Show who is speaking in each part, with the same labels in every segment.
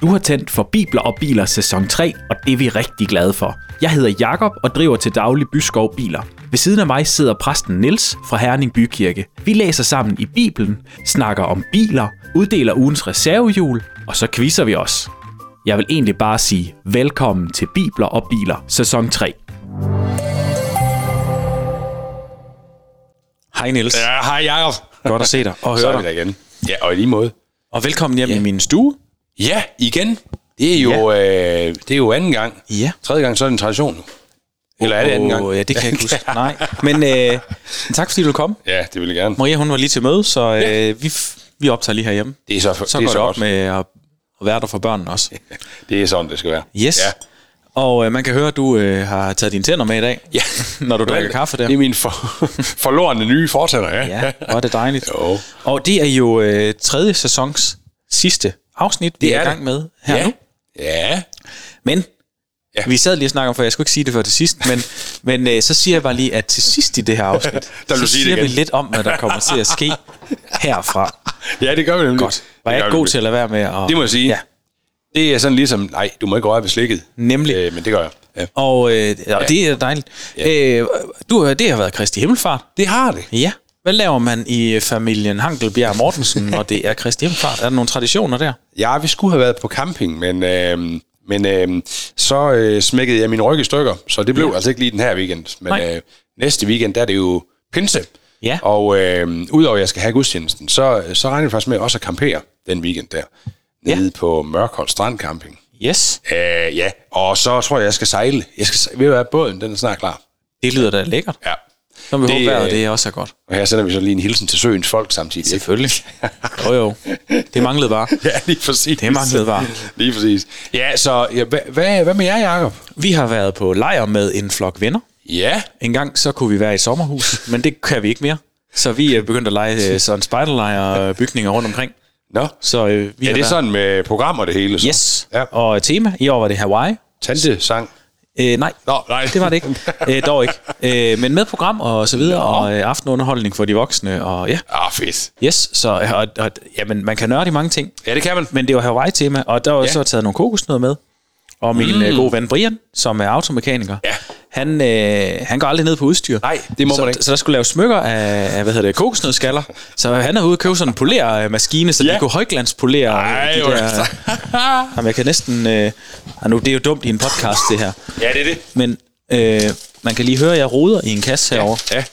Speaker 1: Du har tændt for Bibler og Biler sæson 3, og det er vi rigtig glade for. Jeg hedder Jakob og driver til daglig Byskov Biler. Ved siden af mig sidder præsten Niels fra Herning Bykirke. Vi læser sammen i Bibelen, snakker om biler, uddeler ugens reservehjul, og så quizzer vi også. Jeg vil egentlig bare sige velkommen til Bibler og Biler sæson 3. Hej Niels.
Speaker 2: Ja, hej Jacob.
Speaker 1: Godt at se dig og
Speaker 2: Så
Speaker 1: høre
Speaker 2: er vi
Speaker 1: dig.
Speaker 2: der igen. Ja, og i lige måde.
Speaker 1: Og velkommen hjem ja. i min stue.
Speaker 2: Ja, igen. Det er jo, ja. øh, det er jo anden gang.
Speaker 1: Ja.
Speaker 2: Tredje gang, så er det en tradition nu. Eller er det anden gang?
Speaker 1: Åh, ja, det kan jeg ikke huske. Nej. Men øh, tak fordi du kom.
Speaker 2: Ja, det vil jeg gerne.
Speaker 1: Maria, hun var lige til møde, så øh, vi, f- vi optager lige herhjemme.
Speaker 2: Det er så,
Speaker 1: Så
Speaker 2: det
Speaker 1: går
Speaker 2: er
Speaker 1: det
Speaker 2: så
Speaker 1: op
Speaker 2: godt.
Speaker 1: med at, at være der for børnene også.
Speaker 2: Det er sådan, det skal være.
Speaker 1: Yes.
Speaker 2: Ja.
Speaker 1: Og øh, man kan høre, at du øh, har taget dine tænder med i dag,
Speaker 2: ja.
Speaker 1: når du drikker kaffe der.
Speaker 2: Det er min for, forlorene nye fortæller, ja.
Speaker 1: Ja, hvor er det dejligt.
Speaker 2: Jo.
Speaker 1: Og det er jo øh, tredje sæsons sidste afsnit, vi
Speaker 2: Det
Speaker 1: er,
Speaker 2: er
Speaker 1: i
Speaker 2: det.
Speaker 1: gang med her
Speaker 2: ja.
Speaker 1: nu.
Speaker 2: Ja.
Speaker 1: Men ja.
Speaker 2: Ja.
Speaker 1: vi sad lige og snakkede om, for jeg skulle ikke sige det før til sidst, men, men øh, så siger jeg bare lige, at til sidst i det her afsnit,
Speaker 2: vil
Speaker 1: så
Speaker 2: du sige det
Speaker 1: siger vi
Speaker 2: igen.
Speaker 1: lidt om, hvad der kommer til at ske herfra.
Speaker 2: ja, det gør vi nemlig.
Speaker 1: Godt. Var
Speaker 2: Det
Speaker 1: jeg
Speaker 2: gør
Speaker 1: ikke
Speaker 2: vi
Speaker 1: god
Speaker 2: nemlig.
Speaker 1: til at lade være med at...
Speaker 2: Det må jeg sige.
Speaker 1: Ja.
Speaker 2: Det er sådan ligesom, nej, du må ikke røre ved slikket.
Speaker 1: Nemlig.
Speaker 2: Øh, men det gør jeg. Ja.
Speaker 1: Og øh, og det er dejligt. Ja. Øh, du, øh, det har været Kristi Himmelfart.
Speaker 2: Det har det.
Speaker 1: Ja. Hvad laver man i øh, familien Hankelbjerg Mortensen, når det er Kristi Himmelfart? Er der nogle traditioner der?
Speaker 2: Ja, vi skulle have været på camping, men, øh, men øh, så øh, smækkede jeg min ryg i stykker, så det blev ja. altså ikke lige den her weekend. Men
Speaker 1: Nej.
Speaker 2: øh, næste weekend, der er det jo pinse.
Speaker 1: Ja.
Speaker 2: Og øh, udover at jeg skal have gudstjenesten, så, så regner jeg faktisk med også at campere den weekend der.
Speaker 1: Ja.
Speaker 2: Nede på Mørkhold Strand Camping.
Speaker 1: Yes.
Speaker 2: Øh, ja, og så tror jeg, jeg skal sejle. Jeg skal, sej- ved du hvad, båden den er snart klar.
Speaker 1: Det lyder da lækkert.
Speaker 2: Ja.
Speaker 1: Så må vi
Speaker 2: Det,
Speaker 1: håbe, at
Speaker 2: øh,
Speaker 1: det også er godt.
Speaker 2: Og her sender vi så lige en hilsen til søens folk samtidig. ikke?
Speaker 1: Selvfølgelig. Jo jo. Det manglede bare.
Speaker 2: Ja, lige præcis.
Speaker 1: Det manglede bare.
Speaker 2: Lige præcis. Ja, så ja, hvad, hvad, hvad med jer, Jacob?
Speaker 1: Vi har været på lejr med en flok venner.
Speaker 2: Ja,
Speaker 1: En gang så kunne vi være i et sommerhus, men det kan vi ikke mere. Så vi er begyndt at lege øh, sådan spejderlejrbygninger rundt omkring.
Speaker 2: Nå,
Speaker 1: Så øh, vi
Speaker 2: ja,
Speaker 1: har
Speaker 2: det er
Speaker 1: været-
Speaker 2: sådan med programmer det hele. Så.
Speaker 1: Yes.
Speaker 2: Ja.
Speaker 1: Ja. Og tema i år var det Hawaii.
Speaker 2: Tante-sang.
Speaker 1: Øh, nej,
Speaker 2: Nå, nej.
Speaker 1: det var det ikke. Øh, dog ikke. Øh, men med program og så videre, og øh, aftenunderholdning for de voksne, og ja,
Speaker 2: Ah, fedt.
Speaker 1: yes, så og, og, jamen, man kan nørde i mange ting.
Speaker 2: Ja, det kan man.
Speaker 1: Men det var Hawaii-tema, og der var ja.
Speaker 2: Ja.
Speaker 1: så taget nogle kokosnødder med. Og min mm. øh, gode ven Brian, som er automekaniker,
Speaker 2: Ja.
Speaker 1: han, øh, han går aldrig ned på udstyr.
Speaker 2: Nej, det må
Speaker 1: så,
Speaker 2: man ikke.
Speaker 1: Så der skulle laves smykker af, af hvad hedder det, kokosnødskaller. Så han er ude og købe sådan en polermaskine, så ja.
Speaker 2: Ja.
Speaker 1: de kunne højglanspolere
Speaker 2: Ej,
Speaker 1: øh, de
Speaker 2: hvor er
Speaker 1: der... Jamen, jeg kan næsten... Øh, ah, nu, det er jo dumt i en podcast, det her.
Speaker 2: Ja, det er det.
Speaker 1: Men øh, man kan lige høre, at jeg roder i en kasse herovre.
Speaker 2: Ja.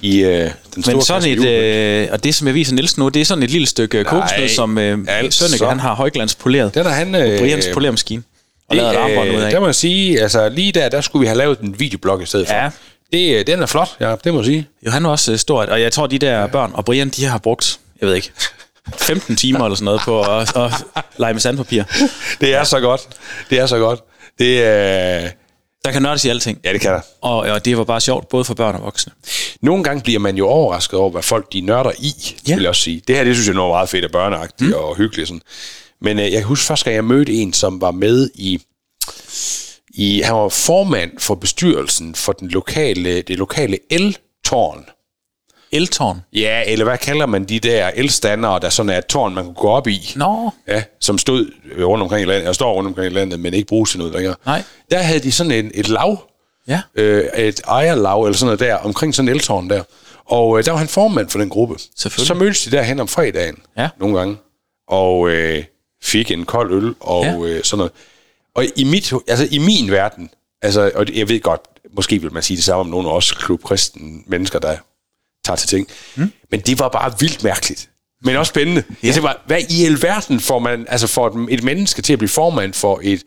Speaker 2: I øh, den store
Speaker 1: Men sådan
Speaker 2: kasse
Speaker 1: et,
Speaker 2: jul.
Speaker 1: øh, og det som jeg viser Nielsen nu, det er sådan et lille stykke kokosnød, som øh,
Speaker 2: altså.
Speaker 1: Sønneke, han har højglanspoleret.
Speaker 2: Den er han... Øh,
Speaker 1: Brians polermaskine. Og lavet et armbånd ud
Speaker 2: det, øh, der
Speaker 1: af.
Speaker 2: må jeg sige, altså lige der, der skulle vi have lavet en videoblog i stedet
Speaker 1: Ja.
Speaker 2: for. Det, øh, den er flot, ja, det må jeg sige.
Speaker 1: Jo, han var også øh, stor, og jeg tror, de der børn og Brian, de har brugt, jeg ved ikke, 15 timer eller sådan noget på at, at lege med sandpapir.
Speaker 2: Det er så godt. Det er så godt. Det, øh,
Speaker 1: Der kan nørdes i alting.
Speaker 2: ja, det kan der.
Speaker 1: Og, og det var bare sjovt, både for børn og voksne.
Speaker 2: Nogle gange bliver man jo overrasket over, hvad folk de nørder i,
Speaker 1: Ja.
Speaker 2: ja. vil jeg også sige. Det her, det synes jeg nu er meget fedt og børneagtigt mm. og hyggeligt. Sådan. Men øh, jeg kan huske første gang, jeg mødte en, som var med i... i han var formand for bestyrelsen for den lokale, det lokale el-tårn.
Speaker 1: Eltårn.
Speaker 2: Ja, eller hvad kalder man de der elstandere, der sådan er et tårn, man kunne gå op i?
Speaker 1: Nå,
Speaker 2: Ja, som stod rundt omkring i landet, og står rundt omkring i landet, men ikke bruges til noget længere.
Speaker 1: Nej.
Speaker 2: Der havde de sådan en, et lav,
Speaker 1: ja.
Speaker 2: øh, et ejerlag eller sådan noget der, omkring sådan en eltårn der. Og øh, der var han formand for den gruppe.
Speaker 1: Selvfølgelig.
Speaker 2: Så mødtes de derhen om fredagen
Speaker 1: Ja.
Speaker 2: nogle gange, og øh, fik en kold øl og
Speaker 1: Ja.
Speaker 2: ja. øh, sådan noget. Og i, mit, altså, i min verden, altså, og det- jeg ved godt, måske vil man sige det samme om nogle af os klubkristne mennesker, der tager til ting. Mm. Men det var bare vildt mærkeligt. Men også spændende. Ja. Jeg tænkte bare, hvad i alverden får man, altså får et- et menneske til at blive formand for et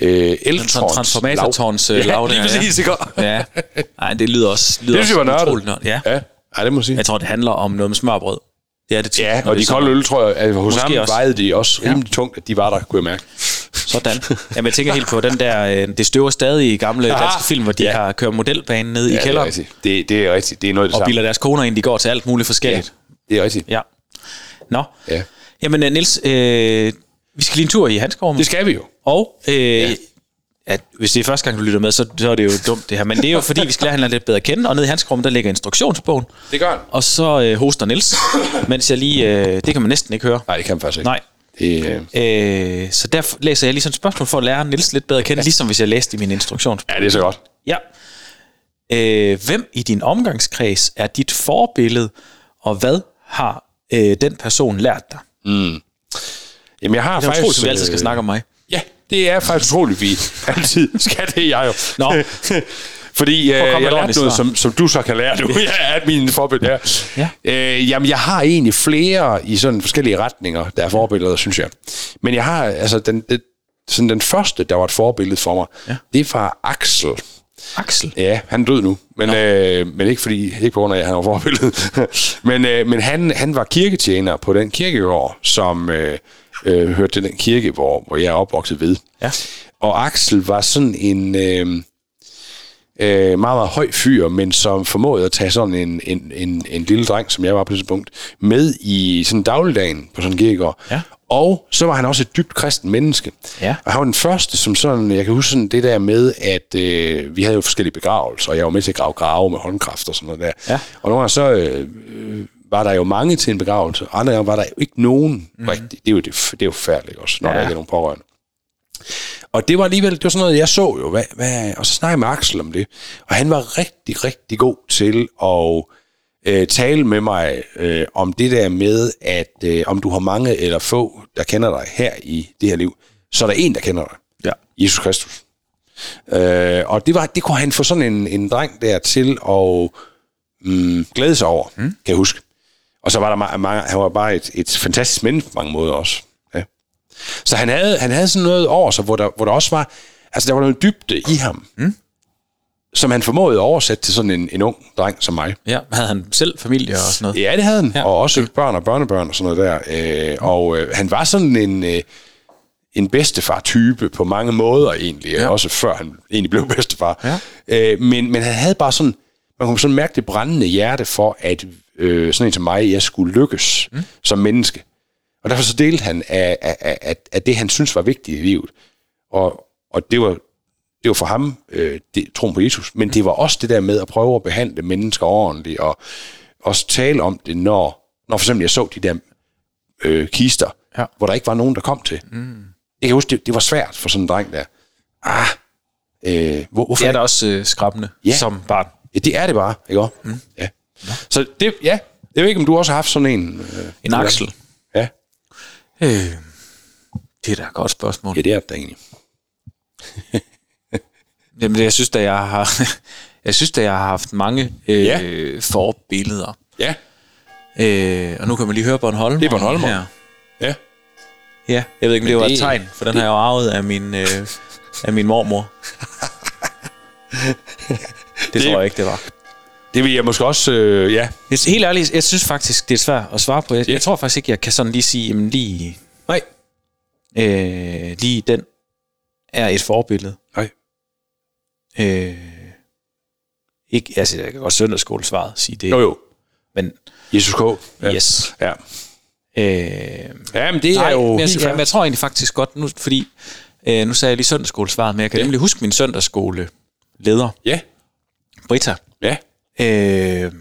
Speaker 2: øh, eltårns
Speaker 1: transformatortårns, øh,
Speaker 2: lav?
Speaker 1: lav
Speaker 2: Ja,
Speaker 1: der,
Speaker 2: lige
Speaker 1: ja.
Speaker 2: præcis, ikke?
Speaker 1: Ja. Nej, det lyder også lyder
Speaker 2: Det synes jeg var
Speaker 1: også
Speaker 2: nørdet.
Speaker 1: utroligt nørdet. Ja.
Speaker 2: Ja. ja, det må jeg sige.
Speaker 1: Jeg tror, det handler om noget med smørbrød. Det er det tit,
Speaker 2: Ja,
Speaker 1: når
Speaker 2: og
Speaker 1: det
Speaker 2: de
Speaker 1: er
Speaker 2: kolde øl, tror jeg, at hos
Speaker 1: Måske
Speaker 2: ham
Speaker 1: også.
Speaker 2: vejede de også rimelig tungt, at de var der, kunne jeg mærke.
Speaker 1: Sådan. Jamen, jeg tænker helt på den der, øh, det støver stadig i gamle danske film, hvor de
Speaker 2: Ja.
Speaker 1: har kørt modelbanen ned i
Speaker 2: det er
Speaker 1: kælderen,
Speaker 2: rigtigt. Det, det er rigtigt. Det er noget af det
Speaker 1: og
Speaker 2: samme.
Speaker 1: bilder deres koner ind, de går til alt muligt
Speaker 2: Ja,
Speaker 1: forskelligt.
Speaker 2: det er rigtigt.
Speaker 1: Ja. Nå.
Speaker 2: Ja.
Speaker 1: Jamen, øh, Niels, øh, vi skal lige en tur i Hanskoven.
Speaker 2: Det skal vi jo.
Speaker 1: Og øh, ja. at, hvis det er første gang, du lytter med, så, så er det jo dumt det her. Men det er jo fordi, vi skal lære hinanden lidt bedre at kende, og nede i Hanskoven, der ligger instruktionsbogen.
Speaker 2: Det gør han.
Speaker 1: Og så øh, hoster Niels, mens jeg lige... Øh, det kan man næsten ikke høre.
Speaker 2: Nej, det kan man faktisk ikke.
Speaker 1: Nej.
Speaker 2: Det, øh,
Speaker 1: Øh, så der læser jeg lige sådan et spørgsmål for at lære Nils lidt bedre at kende, ja. ligesom hvis jeg læste i min instruktion.
Speaker 2: ja, det er så godt.
Speaker 1: Ja. Øh, hvem i din omgangskreds er dit forbillede, og hvad har øh, den person lært dig? Det
Speaker 2: Jamen, jeg har
Speaker 1: er
Speaker 2: faktisk...
Speaker 1: utroligt, som vi altid skal
Speaker 2: øh,
Speaker 1: snakke om mig.
Speaker 2: Ja, det er faktisk utroligt, vi altid skal det, jeg jo.
Speaker 1: Nå.
Speaker 2: Fordi øh,
Speaker 1: med
Speaker 2: jeg
Speaker 1: et
Speaker 2: lærte
Speaker 1: ordentligt
Speaker 2: noget,
Speaker 1: svar.
Speaker 2: som, som du så kan lære nu. Jeg er min forbillede her.
Speaker 1: Ja.
Speaker 2: Øh, jamen, jeg har egentlig flere i sådan forskellige retninger, der er forbilleder, synes jeg. Men jeg har, altså, den, den, sådan den første, der var et forbillede for mig, ja. det er fra Axel.
Speaker 1: Axel.
Speaker 2: Ja, han er død nu, men, øh, men ikke, fordi, ikke på grund af, at han var forbillede. men øh, men han, han var kirketjener på den kirkegård, som øh, øh, hørte til den kirke, hvor, hvor jeg er opvokset ved.
Speaker 1: Ja.
Speaker 2: Og Axel var sådan en øh, øh, meget, meget høj fyr, men som formåede at tage sådan en, en, en, en lille dreng, som jeg var på det tidspunkt, med i sådan dagligdagen på sådan en kirkegård.
Speaker 1: Ja.
Speaker 2: Og så var han også et dybt kristen menneske.
Speaker 1: Ja.
Speaker 2: Og han var den første, som sådan, jeg kan huske sådan det der med, at øh, vi havde jo forskellige begravelser, og jeg var med til at grave grave med håndkraft og sådan noget der.
Speaker 1: Ja.
Speaker 2: Og nogle gange så øh, øh, var der jo mange til en begravelse, og andre gange var der jo ikke nogen mm. rigtigt. Det er jo, det, det er jo forfærdeligt også, når ja.
Speaker 1: Ja.
Speaker 2: der ikke er nogen pårørende. Og det var alligevel, det var sådan noget, jeg så jo, hvad, hvad, og så snakkede jeg med Axel om det, og han var rigtig, rigtig god til at øh, tale med mig øh, om det der med, at øh, om du har mange eller få, der kender dig her i det her liv, så er der en, der kender dig.
Speaker 1: Ja.
Speaker 2: Jesus Kristus. Øh, og det, var, det kunne han få sådan en, en dreng der til at mm, glæde sig over, mm. kan jeg huske. Og så var der ma- mange, han var bare et, et fantastisk menneske på mange måder også. Ja. Så han havde, han havde sådan noget over sig, hvor der, hvor der også var, altså der var noget dybde i ham, mm. som han formåede at oversætte til sådan en, en ung dreng som mig.
Speaker 1: Ja, havde han selv familie og sådan noget?
Speaker 2: Ja, det havde han.
Speaker 1: Ja.
Speaker 2: Ja. Og også børn og børnebørn og sådan noget der. Øh, og øh, han var sådan en, øh, en bedstefar-type på mange måder egentlig. Ja. Også før han egentlig blev bedstefar. Ja. Øh, men, men han havde bare sådan... Man kunne sådan mærke det brændende hjerte for, at øh, sådan en som mig, jeg skulle lykkes mm. som menneske. Og derfor så delte han af, af, af, af, af det, han synes var vigtigt i livet. Og, og det var det var for ham øh, det, troen på Jesus, men det var også det der med at prøve at behandle mennesker ordentligt, og også tale om det, når, når for eksempel jeg så de der øh, kister,
Speaker 1: Ja.
Speaker 2: hvor der ikke var nogen, der kom til. Mm. Jeg kan huske, det, det var svært for sådan en dreng der. Ah, øh, hvor, hvorfor
Speaker 1: Det er da også øh, skræmmende ja.
Speaker 2: Ja.
Speaker 1: som barn.
Speaker 2: Ja, det er det bare, ikke også? Mm. Ja. Så det, ja, jeg ved ikke, om du også har haft sådan en... Øh,
Speaker 1: En Axel.
Speaker 2: Ja,
Speaker 1: Øh, det er da et godt spørgsmål.
Speaker 2: ja det er det da egentlig.
Speaker 1: Jamen, jeg synes, at jeg har, jeg synes, at jeg har haft mange øh,
Speaker 2: Ja.
Speaker 1: forbilleder.
Speaker 2: Ja,
Speaker 1: Øh, og nu kan man lige høre Bornholm.
Speaker 2: Det er Bornholmer. ja.
Speaker 1: Ja, jeg ved ikke, om det,
Speaker 2: Men
Speaker 1: var
Speaker 2: det-
Speaker 1: et tegn, for den har jeg jo arvet af min, øh, af min mormor. Det, det tror jeg ikke, det var.
Speaker 2: Det vil jeg måske også... Øh, ja.
Speaker 1: Jeg, helt ærligt, jeg synes faktisk, det er svært at svare på. Jeg, jeg tror faktisk ikke, jeg kan sådan lige sige, jamen lige,
Speaker 2: Nej.
Speaker 1: øh, lige den er et forbillede.
Speaker 2: Nej.
Speaker 1: Øh, ikke, altså, jeg kan godt søndagsskolesvaret sige det.
Speaker 2: Jo, jo.
Speaker 1: Men
Speaker 2: Jesus K. Ja.
Speaker 1: yes.
Speaker 2: ja.
Speaker 1: Øh,
Speaker 2: Ja, men det
Speaker 1: Nej,
Speaker 2: er jo...
Speaker 1: men jeg,
Speaker 2: helt
Speaker 1: jeg, jeg tror egentlig faktisk godt, nu, fordi øh, nu sagde jeg lige søndagsskolesvaret, men jeg kan ja. nemlig huske min søndagsskoleleder,
Speaker 2: Ja,
Speaker 1: Britta.
Speaker 2: ja.
Speaker 1: Øh,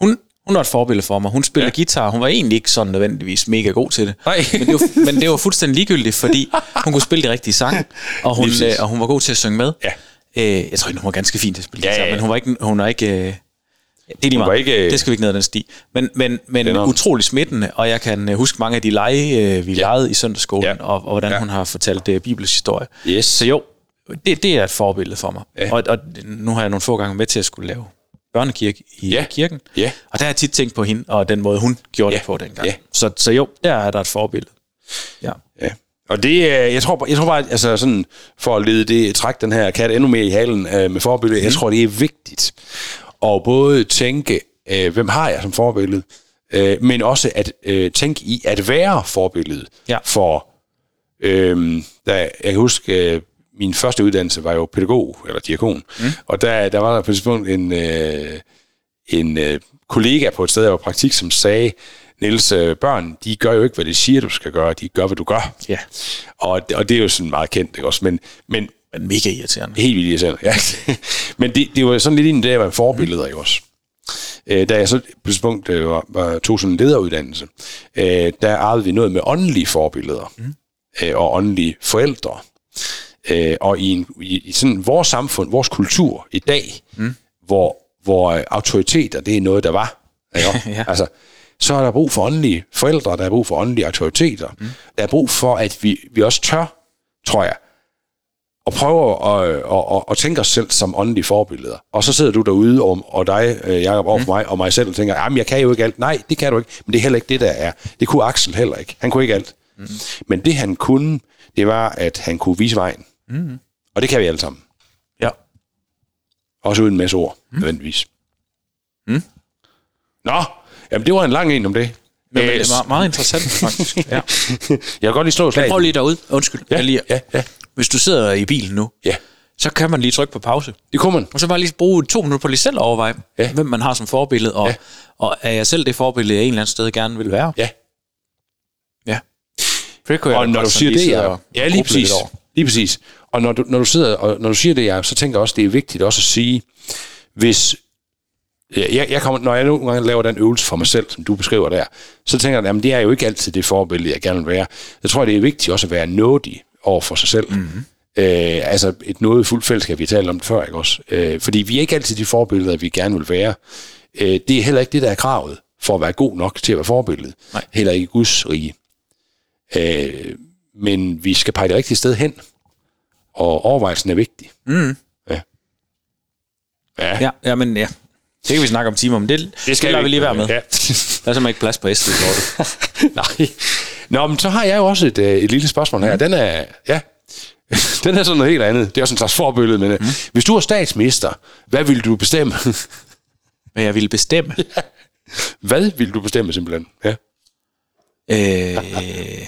Speaker 1: hun, hun var et forbillede for mig. Hun spillede ja. guitar, hun var egentlig ikke sådan nødvendigvis mega god til det.
Speaker 2: Nej.
Speaker 1: Men det, var, men det var fuldstændig ligegyldigt, fordi hun kunne spille de rigtige sange, og hun,
Speaker 2: Lige
Speaker 1: øh,
Speaker 2: præcis.
Speaker 1: og hun var god til at synge med.
Speaker 2: Ja.
Speaker 1: Øh, jeg tror ikke, hun var ganske fin til at spille
Speaker 2: Ja,
Speaker 1: guitar,
Speaker 2: ja, ja.
Speaker 1: men hun var ikke... Hun var ikke øh, det er lige
Speaker 2: var
Speaker 1: meget.
Speaker 2: ikke, øh,
Speaker 1: det skal vi ikke ned ad den sti. Men, men, men
Speaker 2: Lenneren.
Speaker 1: utrolig smittende, og jeg kan øh, huske mange af de lege, øh, vi ja. legede i søndagsskolen, ja.
Speaker 2: Ja.
Speaker 1: og, og hvordan ja. hun har fortalt øh, Bibels historie.
Speaker 2: Yes.
Speaker 1: Så jo, det, det er et forbillede for mig. Ja.
Speaker 2: Ja.
Speaker 1: Og, og nu har jeg nogle få gange med til at skulle lave børnekirke i ja.
Speaker 2: Ja.
Speaker 1: kirken.
Speaker 2: Ja.
Speaker 1: Og der har jeg tit tænkt på hende, og den måde, hun gjorde ja.
Speaker 2: Ja.
Speaker 1: det på dengang. Ja.
Speaker 2: Ja.
Speaker 1: Så, så jo, der er der et forbillede. Ja.
Speaker 2: Ja. Og det, øh, jeg tror, bare- jeg tror bare, at, altså sådan, for at lede det, trække den her kat endnu mere i halen øh, med forbillede, mm. jeg tror, det er vigtigt at både tænke, øh, hvem har jeg som forbillede, øh, men også at øh, tænke i at være forbillede
Speaker 1: Ja.
Speaker 2: for, øh, der, jeg kan huske, øh, min første uddannelse var jo pædagog, eller diakon, mm. og der, der var der på et tidspunkt en, øh, en øh, kollega på et sted, jeg var i praktik, som sagde, Niels, øh, børn, de gør jo ikke, hvad de siger, du skal gøre, de gør, hvad du gør.
Speaker 1: Ja.
Speaker 2: Og, det- og det er jo sådan meget kendt, ikke også? Men, men
Speaker 1: Men mega irriterende.
Speaker 2: helt vildt irriterende, ja. men det, det var sådan lidt en der var forbilleder, ikke også? øh, da jeg så på et punkt øh, var, var, tog sådan en lederuddannelse, øh, der ejede vi noget med åndelige forbilleder mm. øh, og åndelige forældre. Øh, og i, en, i, i sådan vores samfund, vores kultur i dag, mm. hvor, hvor øh, autoriteter, det er noget, der var. Ikke?
Speaker 3: Ja.
Speaker 2: ja. Altså, så er der brug for åndelige forældre, der er brug for åndelige autoriteter. Mm. Der er brug for, at vi, vi også tør, tror jeg, og prøver at, øh, at, at, at tænke os selv som åndelige forbilleder. Og så sidder du derude, og, og dig, øh, Jacob, over for mig, og mig selv, og tænker, jamen jeg kan jo ikke alt. Nej, det kan du ikke, men det er heller ikke det, der er. Det kunne Axel heller ikke. Han kunne ikke alt. Mm. Men det han kunne, det var, at han kunne vise vejen. Mm. Og det kan vi alle sammen.
Speaker 3: Ja.
Speaker 2: Også uden en masse ord, mm. nødvendigvis. Mm. Nå, jamen det var en lang en om det.
Speaker 3: Men,
Speaker 2: Øh,
Speaker 3: men det var meget interessant, faktisk. Ja.
Speaker 2: jeg kan godt lige slå et slag.
Speaker 1: Prøv lige derude. Undskyld.
Speaker 2: Ja,
Speaker 1: jeg lige,
Speaker 2: ja, ja.
Speaker 1: Hvis du sidder i bilen nu,
Speaker 2: Ja,
Speaker 1: så kan man lige trykke på pause.
Speaker 2: det kunne man.
Speaker 1: Og så bare lige bruge to minutter på lige selv at overveje,
Speaker 2: Ja.
Speaker 1: ja. hvem man har som forbillede, og, ja. og er jeg selv det forbillede, jeg en eller anden sted gerne vil være?
Speaker 2: Ja.
Speaker 1: ja. For det kunne jeg
Speaker 2: og
Speaker 1: da
Speaker 2: når
Speaker 1: godt
Speaker 2: du
Speaker 1: sådan
Speaker 2: siger
Speaker 1: lige
Speaker 2: det,
Speaker 1: sidde
Speaker 2: ja,
Speaker 1: og
Speaker 2: ja
Speaker 1: gruble
Speaker 2: lige
Speaker 1: lidt
Speaker 2: præcis,
Speaker 1: over.
Speaker 2: lige præcis. Og når du, når du sidder og når du siger det, ja, så tænker jeg også, det er vigtigt også at sige, hvis ja, jeg, jeg kommer, når jeg nogle gange laver den øvelse for mig selv, som du beskriver der, så tænker jeg, jamen det er jo ikke altid det forbillede, jeg gerne vil være. Jeg tror, det er vigtigt også at være nådig over for sig selv. Mm-hmm. Øh, altså et nådefuldt fællesskab, vi talte om det før, ikke også? Øh, fordi vi er ikke altid de forbilleder, vi gerne vil være. Øh, det er heller ikke det, der er kravet for at være god nok til at være forbillede.
Speaker 1: Nej.
Speaker 2: Heller ikke i Guds rige. Øh, men vi skal pege det rigtige sted hen, og overvejelsen er vigtig. Mm. Ja. Ja,
Speaker 1: Ja, ja, men ja. Det kan vi snakke om timer, men det, det, skal det lader vi lige være med. Ja.
Speaker 2: Ja.
Speaker 1: Der er simpelthen ikke plads på æslet over det.
Speaker 2: Nej. Nå, men så har jeg jo også et, øh, et lille spørgsmål her. Den er, ja, den er sådan noget helt andet. Det er også en slags forbillede, men mm. hvis du er statsminister, hvad vil du bestemme?
Speaker 1: Men jeg ville bestemme.
Speaker 2: hvad vil du bestemme simpelthen? Ja.
Speaker 1: øh,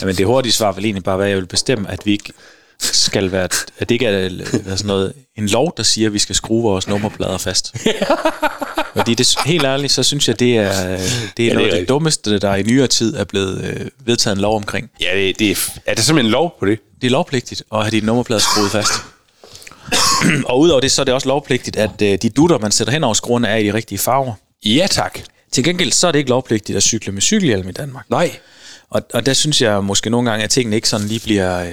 Speaker 1: jamen det hurtige svar vil egentlig bare være, at jeg vil bestemme, at vi ikke skal være, at det ikke er, er sådan noget, en lov, der siger, at vi skal skrue vores nummerplader fast. Fordi det, helt ærligt, så synes jeg, det er, det er, det er noget af det
Speaker 2: rigtigt.
Speaker 1: dummeste, der i nyere tid er blevet øh, vedtaget en lov omkring.
Speaker 2: Ja, det, det er, er der simpelthen lov på det?
Speaker 1: Det er lovpligtigt at have dit nummerplade skruet fast. og udover det, så er det også lovpligtigt, at øh, de dutter, man sætter hen over skruerne, er i de rigtige farver.
Speaker 2: Ja, tak.
Speaker 1: Til gengæld, så er det ikke lovpligtigt at cykle med cykelhjelm i Danmark.
Speaker 2: Nej.
Speaker 1: Og, og der synes jeg måske nogle gange, at tingene ikke sådan lige bliver, øh,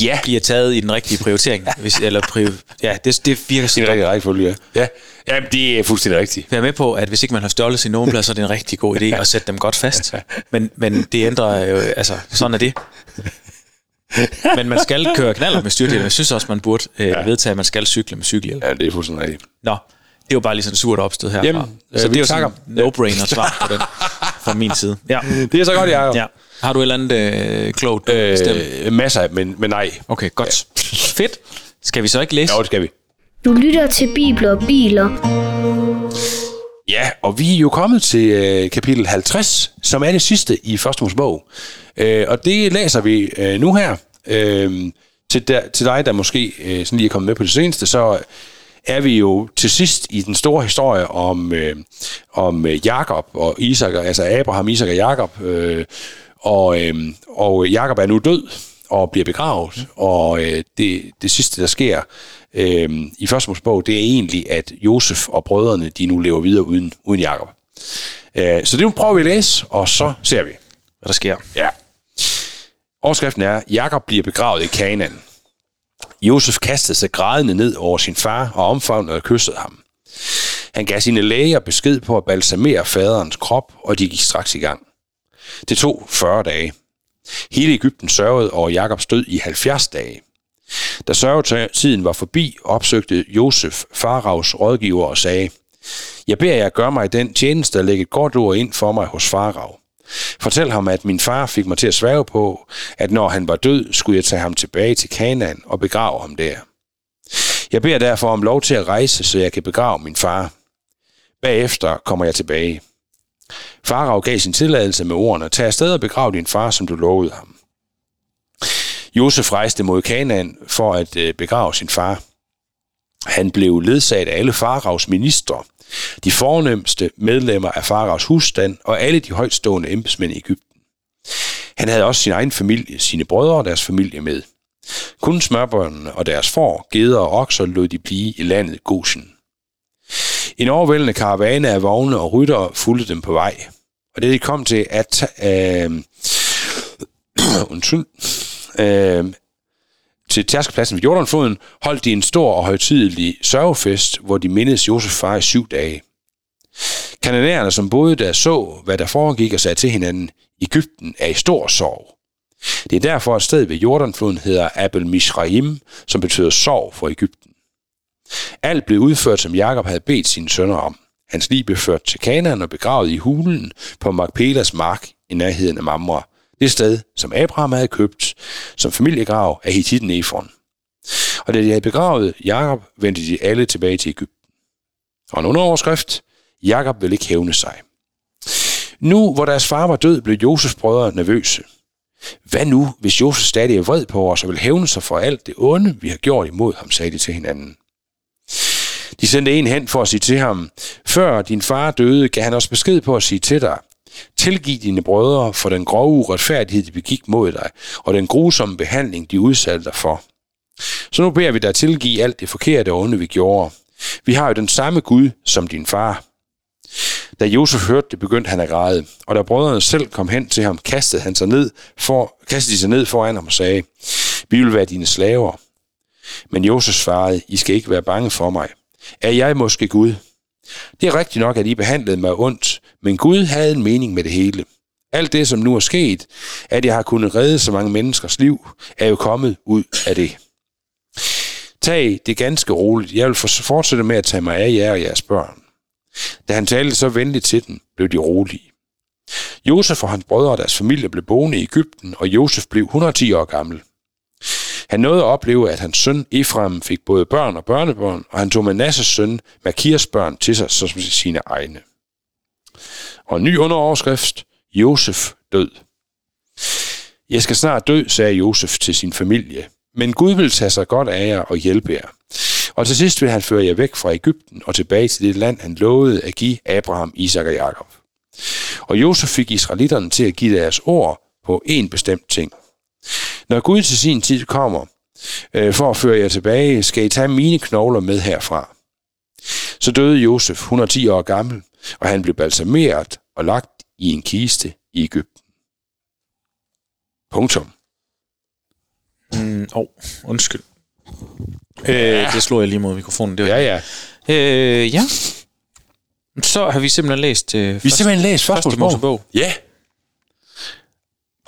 Speaker 2: Ja.
Speaker 1: bliver taget i den rigtige prioritering. hvis, eller prior, ja, det, det virker
Speaker 2: Det er
Speaker 1: sådan.
Speaker 2: en rigtig rækkefølge, ja. ja. Jamen, det er fuldstændig rigtigt.
Speaker 1: Jeg er med på, at hvis ikke man har stjålet sin nummerplade, så er det en rigtig god idé at sætte dem godt fast. Men, men det ændrer jo, altså, sådan er det. Men man skal køre knaller med styrthjelm. Jeg synes også, man burde øh, vedtage, at man skal cykle med cykelhjelm.
Speaker 2: Ja, det er fuldstændig rigtigt.
Speaker 1: Nå, det er jo bare lige sådan surt opstød her.
Speaker 2: Jamen, øh,
Speaker 1: så
Speaker 2: vi
Speaker 1: det er jo
Speaker 2: takker.
Speaker 1: sådan no-brainer svar på den fra min side. Ja.
Speaker 2: Det er så godt, jeg
Speaker 1: ja. Har du et eller andet øh, klogt øh, bestemt?
Speaker 2: Øh, masser af, men, men nej.
Speaker 1: Okay, godt. Fedt. Skal vi så ikke læse?
Speaker 2: Jo, det skal vi.
Speaker 4: Du lytter til Bibler og Biler.
Speaker 2: Ja, og vi er jo kommet til øh, kapitel 50, som er det sidste i Første Mosebog. Øh, og det læser vi øh, nu her. Øh, til, der, til dig, der måske øh, sådan lige er kommet med på det seneste, så er vi jo til sidst i den store historie om, øh, om øh, Jakob og Isak, altså Abraham, Isak og Jakob. Øh, og, øh, og Jakob er nu død og bliver begravet, og øh, det, det sidste, der sker øh, i Første Mosebog, det er egentlig, at Josef og brødrene, de nu lever videre uden, uden Jakob. Øh, så det prøver vi at læse, og så ser vi.
Speaker 1: Hvad der sker?
Speaker 2: Ja. Overskriften er, Jakob bliver begravet i Kanaan. Josef kastede sig grædende ned over sin far og omfavnede og kyssede ham. Han gav sine læger besked på at balsamere faderens krop, og de gik straks i gang. Det tog 40 dage. Hele Ægypten sørgede over Jakobs død i 70 dage. Da sørgetiden var forbi, opsøgte Josef Faraos rådgiver og sagde, Jeg beder jer gøre mig den tjeneste at lægge et godt ord ind for mig hos Farao. Fortæl ham, at min far fik mig til at svære på, at når han var død, skulle jeg tage ham tilbage til Kanaan og begrave ham der. Jeg beder derfor om lov til at rejse, så jeg kan begrave min far. Bagefter kommer jeg tilbage. Farao gav sin tilladelse med ordene, tag afsted og begrav din far, som du lovede ham. Josef rejste mod Kanaan for at øh, begrave sin far. Han blev ledsaget af alle faraos ministre, de fornemmeste medlemmer af faraos husstand og alle de højtstående embedsmænd i Ægypten. Han havde også sin egen familie, sine brødre og deres familie med. Kun smørbørnene og deres får, geder og okser lod de blive i landet Goshen. En overvældende karavane af vogne og ryttere fulgte dem på vej. Og det de kom til, at... Øh, undskyld. Øh, til tærskelpladsen ved Jordanfloden holdt de en stor og højtidelig sørgefest, hvor de mindes Josef far i syv dage. Kananæerne, som boede der, så, hvad der foregik og sagde til hinanden, Ægypten er i stor sorg. Det er derfor, at stedet ved Jordanfloden hedder Abel Mishraim, som betyder sorg for Ægypten. Alt blev udført, som Jakob havde bedt sine sønner om. Hans lig blev ført til Kanaan og begravet i hulen på Makpelas mark i nærheden af Mamre. Det sted, som Abraham havde købt som familiegrav af Hittiten Efron. Og da de havde begravet Jakob, vendte de alle tilbage til Ægypten. Og en underoverskrift, Jakob vil ikke hævne sig. Nu, hvor deres far var død, blev Josefs brødre nervøse. Hvad nu, hvis Josef stadig er vred på os og vil hævne sig for alt det onde, vi har gjort imod ham, sagde de til hinanden. De sendte en hen for at sige til ham, før din far døde, gav han os besked på at sige til dig, tilgiv dine brødre for den grove uretfærdighed, de begik mod dig, og den grusomme behandling, de udsatte dig for. Så nu beder vi dig tilgive alt det forkerte og onde, vi gjorde. Vi har jo den samme Gud som din far. Da Josef hørte det, begyndte han at græde, og da brødrene selv kom hen til ham, kastede, han sig ned for, kastede de sig ned foran ham og sagde, vi vil være dine slaver. Men Josef svarede, I skal ikke være bange for mig. Er jeg måske Gud? Det er rigtigt nok, at I behandlede mig ondt, men Gud havde en mening med det hele. Alt det, som nu er sket, at jeg har kunnet redde så mange menneskers liv, er jo kommet ud af det. Tag det ganske roligt. Jeg vil for- fortsætte med at tage mig af jer og jeres børn. Da han talte så venligt til dem, blev de rolige. Josef og hans brødre og deres familie blev boende i Ægypten, og Josef blev 110 år gammel. Han nåede at opleve, at hans søn Efraim fik både børn og børnebørn, og han tog Manasses søn Makias børn til sig som sine egne. Og en ny underoverskrift, Josef død. Jeg skal snart dø, sagde Josef til sin familie, men Gud vil tage sig godt af jer og hjælpe jer. Og til sidst vil han føre jer væk fra Ægypten og tilbage til det land, han lovede at give Abraham, Isak og Jakob. Og Josef fik israelitterne til at give deres ord på en bestemt ting. Når Gud til sin tid kommer, øh, for at føre jer tilbage, skal I tage mine knogler med herfra. Så døde Josef, 110 år gammel, og han blev balsameret og lagt i en kiste i Ægypten. Punktum.
Speaker 1: Mm, oh, undskyld. Øh, det slog jeg lige mod mikrofonen. Det var
Speaker 2: Ja, ja.
Speaker 1: Øh, ja. Så har vi simpelthen læst øh,
Speaker 2: Vi
Speaker 1: første,
Speaker 2: har simpelthen læst første
Speaker 1: første
Speaker 2: Mosebog.
Speaker 1: Mosebog.
Speaker 2: Ja.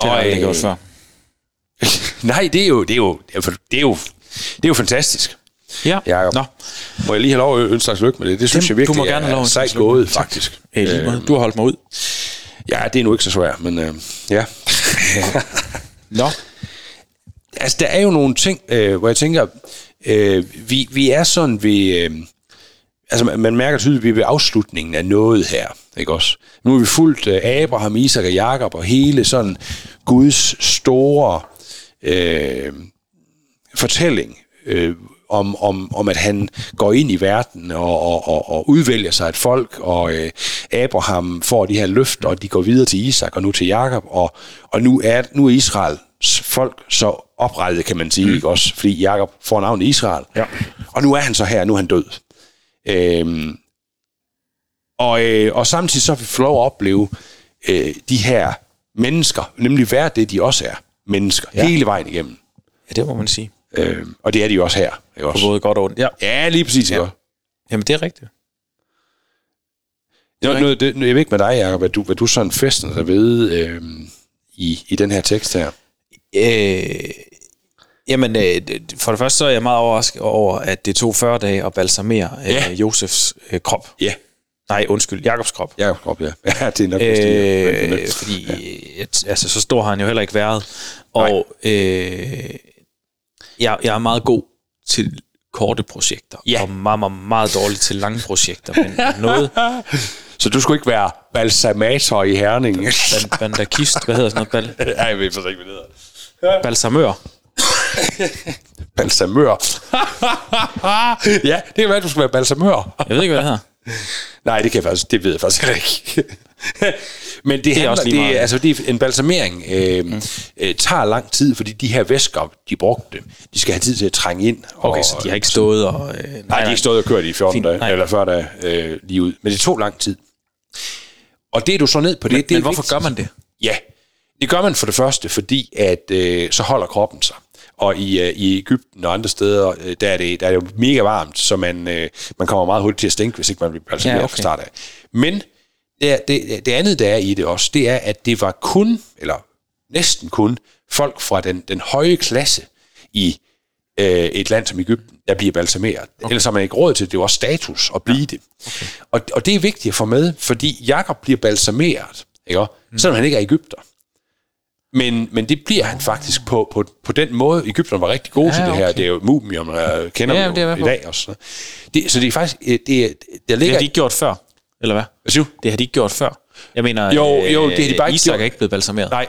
Speaker 1: Det har jeg aldrig
Speaker 2: øh,
Speaker 1: gjort før.
Speaker 2: Nej, det er jo, det er jo, det er jo, det er jo, det er jo fantastisk.
Speaker 1: Ja.
Speaker 2: Jakob.
Speaker 1: Nå,
Speaker 2: Må jeg lige have lov at ønske dig lykke med det? Det synes
Speaker 1: Dem-
Speaker 2: jeg virkelig
Speaker 1: du må gerne have lov
Speaker 2: er
Speaker 1: at ønske
Speaker 2: sejt
Speaker 1: dig lykke.
Speaker 2: gået, faktisk.
Speaker 1: øh, lige måde. du har holdt mig ud.
Speaker 2: Ja, det er nu ikke så svært, men øh, ja.
Speaker 1: Nå,
Speaker 2: Altså, der er jo nogle ting, øh, hvor jeg tænker, øh, vi, vi er sådan ved... Øh, altså, man, man mærker tydeligt, at vi er ved afslutningen af noget her, ikke også? Nu har vi fulgt øh, Abraham, Isak og Jakob og hele sådan Guds store øh, fortælling øh, om, om, om, at han går ind i verden og, og, og, og udvælger sig et folk, og øh, Abraham får de her løfter, og de går videre til Isak og nu til Jakob, og, og nu, er, nu er Israels folk så oprettet, kan man sige, ikke også? Fordi Jakob får navnet Israel. Mm. Ja. Og nu er han så her, nu er han død. Øhm, og, øh, og samtidig så får vi lov at opleve øh, de her mennesker, nemlig være det, de også er. Mennesker. Ja. Hele vejen igennem.
Speaker 1: ja, det må man sige.
Speaker 2: Øh, og det er de jo også her. Ikke
Speaker 1: På
Speaker 2: også?
Speaker 1: både godt og ondt. Ja.
Speaker 2: Ja, lige præcis. Ja.
Speaker 1: Jamen, det er rigtigt.
Speaker 2: Nå, noget, det, jeg ved ikke med dig, Jacob, hvad du, hvad du sådan festner dig ved øh, i, i den her tekst her.
Speaker 1: Øh, jamen, øh, det- for det første så er jeg meget overrasket over, at det tog 40 dage at balsamere
Speaker 2: Ja.
Speaker 1: øh, Josefs øh, krop.
Speaker 2: Ja,
Speaker 1: Nej, undskyld, Jakobs krop.
Speaker 2: Jacob Krop, ja. ja det er nok vist det, ja. Men,
Speaker 1: Øh,
Speaker 2: øh,
Speaker 1: fordi et, altså, så stor har han jo heller ikke været. Og øh, jeg, jeg er meget god til korte projekter,
Speaker 2: Ja.
Speaker 1: og meget, meget, meget dårlig til lange projekter. Men noget
Speaker 2: Så du skulle ikke være balsamator i Herning.
Speaker 1: ban, bandakist, hvad hedder sådan noget, bal,
Speaker 2: Ja, jeg ved faktisk ikke, hvad det hedder.
Speaker 1: balsamør.
Speaker 2: Balsamør. ja, det kan være, at du skulle være balsamør.
Speaker 1: Jeg ved ikke, hvad det hedder.
Speaker 2: Nej, det kan jeg faktisk, det ved jeg faktisk heller ikke. Men det, det, handler,
Speaker 1: også
Speaker 2: også
Speaker 1: lige
Speaker 2: det,
Speaker 1: meget.
Speaker 2: er- altså, det er en balsamering øh, mm. øh, tager lang tid, fordi de her væsker, de brugte dem, de skal have tid til at trænge ind.
Speaker 1: Okay, så de har ikke stået og... Øh, nej,
Speaker 2: Nej, de har ikke stået og kørt i 14
Speaker 1: Fint,
Speaker 2: dage,
Speaker 1: nej.
Speaker 2: eller 40 dage øh, lige ud. Men det tog lang tid. Og det, du så ned på det,
Speaker 1: Men,
Speaker 2: det er
Speaker 1: men hvorfor
Speaker 2: vigtigt.
Speaker 1: gør man det?
Speaker 2: Ja, det gør man for det første, fordi at øh, så holder kroppen sig. Og i, øh, i Ægypten og andre steder, øh, der, er det, der er det jo mega varmt, så man, øh, man kommer meget hurtigt til at stinke, hvis ikke man bliver balsameret
Speaker 1: Ja,
Speaker 2: ja,
Speaker 1: okay.
Speaker 2: okay. fra start af. Men det, er- det, det andet, der er i det også, det er, at det var kun, eller næsten kun, folk fra den, den høje klasse i øh, et land som Ægypten, der bliver balsameret. Okay. Ellers har man ikke råd til det. Det er jo også status at blive ja. det. Okay. Og, og det er vigtigt at få med, fordi Jakob bliver balsameret, ikke? også?
Speaker 1: Mm.
Speaker 2: selvom han ikke er Ægypter. Men, men det bliver han faktisk på, på, på den måde. Ægypterne var rigtig gode ja, til det her.
Speaker 1: okay.
Speaker 2: Det er jo mumier, man kender
Speaker 1: Ja,
Speaker 2: ja,
Speaker 1: det er jeg med
Speaker 2: dem jo
Speaker 1: på.
Speaker 2: i dag også. Det, så det er faktisk... øh, Det, er- der
Speaker 1: Det
Speaker 2: ligger,
Speaker 1: har de ikke gjort før, eller hvad?
Speaker 2: Hvad siger du?
Speaker 1: Det har de ikke gjort før. Jeg mener, øh,
Speaker 2: Jo, jo, det har de bare ikke
Speaker 1: Isak
Speaker 2: gjort.
Speaker 1: er ikke blevet balsameret.
Speaker 2: Nej,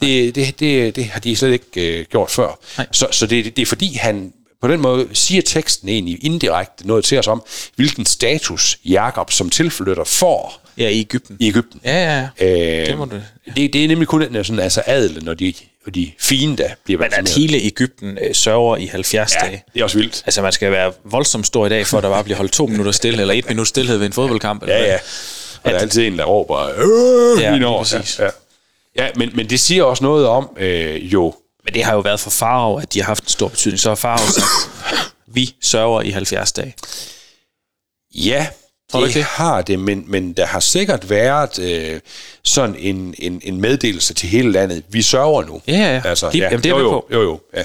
Speaker 2: det, det, det, det har de slet ikke øh, gjort før.
Speaker 1: Nej.
Speaker 2: Så, så det, det er fordi, han på den måde siger teksten egentlig indirekte noget til os om, hvilken status Jakob som tilflytter får
Speaker 1: Ja, i Ægypten.
Speaker 2: i Ægypten.
Speaker 1: Ja, ja, ja.
Speaker 2: Øh,
Speaker 1: det må du-
Speaker 2: det, det er nemlig kun den, sådan, altså adelen og de, og de fine, der bliver
Speaker 1: Men at hele Ægypten øh, sørger i 70
Speaker 2: Altså- ja,
Speaker 1: dage.
Speaker 2: det er også vildt.
Speaker 1: Altså, man skal være voldsomt stor i dag, for at der bare bliver holdt to minutter stille, eller et minut stillhed ved en fodboldkamp. Eller
Speaker 2: Ja,
Speaker 1: hvad.
Speaker 2: ja. Og der er altid en, der råber, øh,
Speaker 1: Ja, lige
Speaker 2: ja, mine år.
Speaker 1: præcis.
Speaker 2: Ja, ja. ja men, men det siger også noget om, øh, jo,
Speaker 1: Men det har jo været for Farao, at de har haft en stor betydning. Så har Farao sagt, vi sørger i 70 dage.
Speaker 2: Ja,
Speaker 1: Tror
Speaker 2: tror
Speaker 1: du
Speaker 2: det,
Speaker 1: ikke det?
Speaker 2: det har det, men, men der har sikkert været øh, sådan en, en, en meddelelse til hele landet. Vi sørger nu.
Speaker 1: Ja, ja, ja.
Speaker 2: Altså,
Speaker 1: Det-
Speaker 2: ja.
Speaker 1: jamen, det er
Speaker 2: jo,
Speaker 1: jeg med
Speaker 2: jo,
Speaker 1: på.
Speaker 2: jo, jo, ja.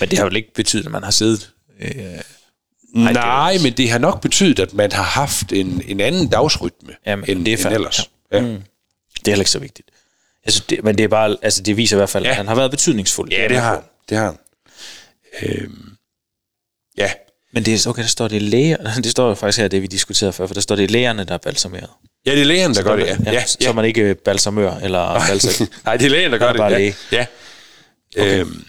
Speaker 1: Men det har jo ikke betydet, at man har siddet.
Speaker 2: Nej, men det har nok betydet, at man har haft en, en anden dagsrytme
Speaker 1: Jamen,
Speaker 2: end,
Speaker 1: det er
Speaker 2: end
Speaker 1: fair.
Speaker 2: ellers. Ja. Ja.
Speaker 1: Det er heller ikke så vigtigt. Altså, det, men det, er bare, altså, det viser i hvert fald, ja.
Speaker 2: Ja.
Speaker 1: at han har været betydningsfuld.
Speaker 2: ja, det har han. Det har han. Øhm, ja,
Speaker 1: Men det er, okay, der står det læger. Det står jo faktisk her, det vi diskuterede før, for der står det er lægerne, der er balsameret.
Speaker 2: ja, det er lægen, der gør det. Ja,
Speaker 1: ja,
Speaker 2: ja,
Speaker 1: Så er man ikke øh, balsamør eller balsam.
Speaker 2: Nej, det er lægen, der gør
Speaker 1: er
Speaker 2: det.
Speaker 1: bare
Speaker 2: ja.
Speaker 1: læge.
Speaker 2: Ja. Okay. Øhm,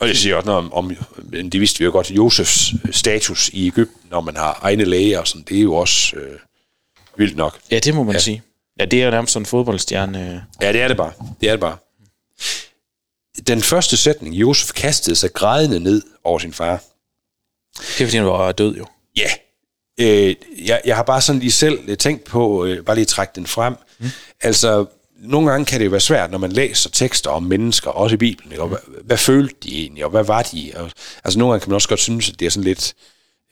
Speaker 2: og det siger også noget om, om, men det vidste vi jo godt, Josefs status i Ægypten, når man har egne læger og sådan, det er jo også øh, vildt nok.
Speaker 1: ja, det må man ja. sige. Ja, det er jo nærmest sådan en fodboldstjerne. øh.
Speaker 2: Ja, det er det bare. Det er det bare. Den første sætning, Josef kastede sig grædende ned over sin far.
Speaker 1: Det er fordi, han var død jo.
Speaker 2: Ja. Øh, jeg, jeg har bare sådan lige selv øh, tænkt på, øh, bare lige trække den frem. Mm. Altså, nogle gange kan det jo være svært, når man læser tekster om mennesker, også i Bibelen, ikke? og hvad, hvad følte de egentlig, og hvad var de? Og, altså, nogle gange kan man også godt synes, at det er sådan lidt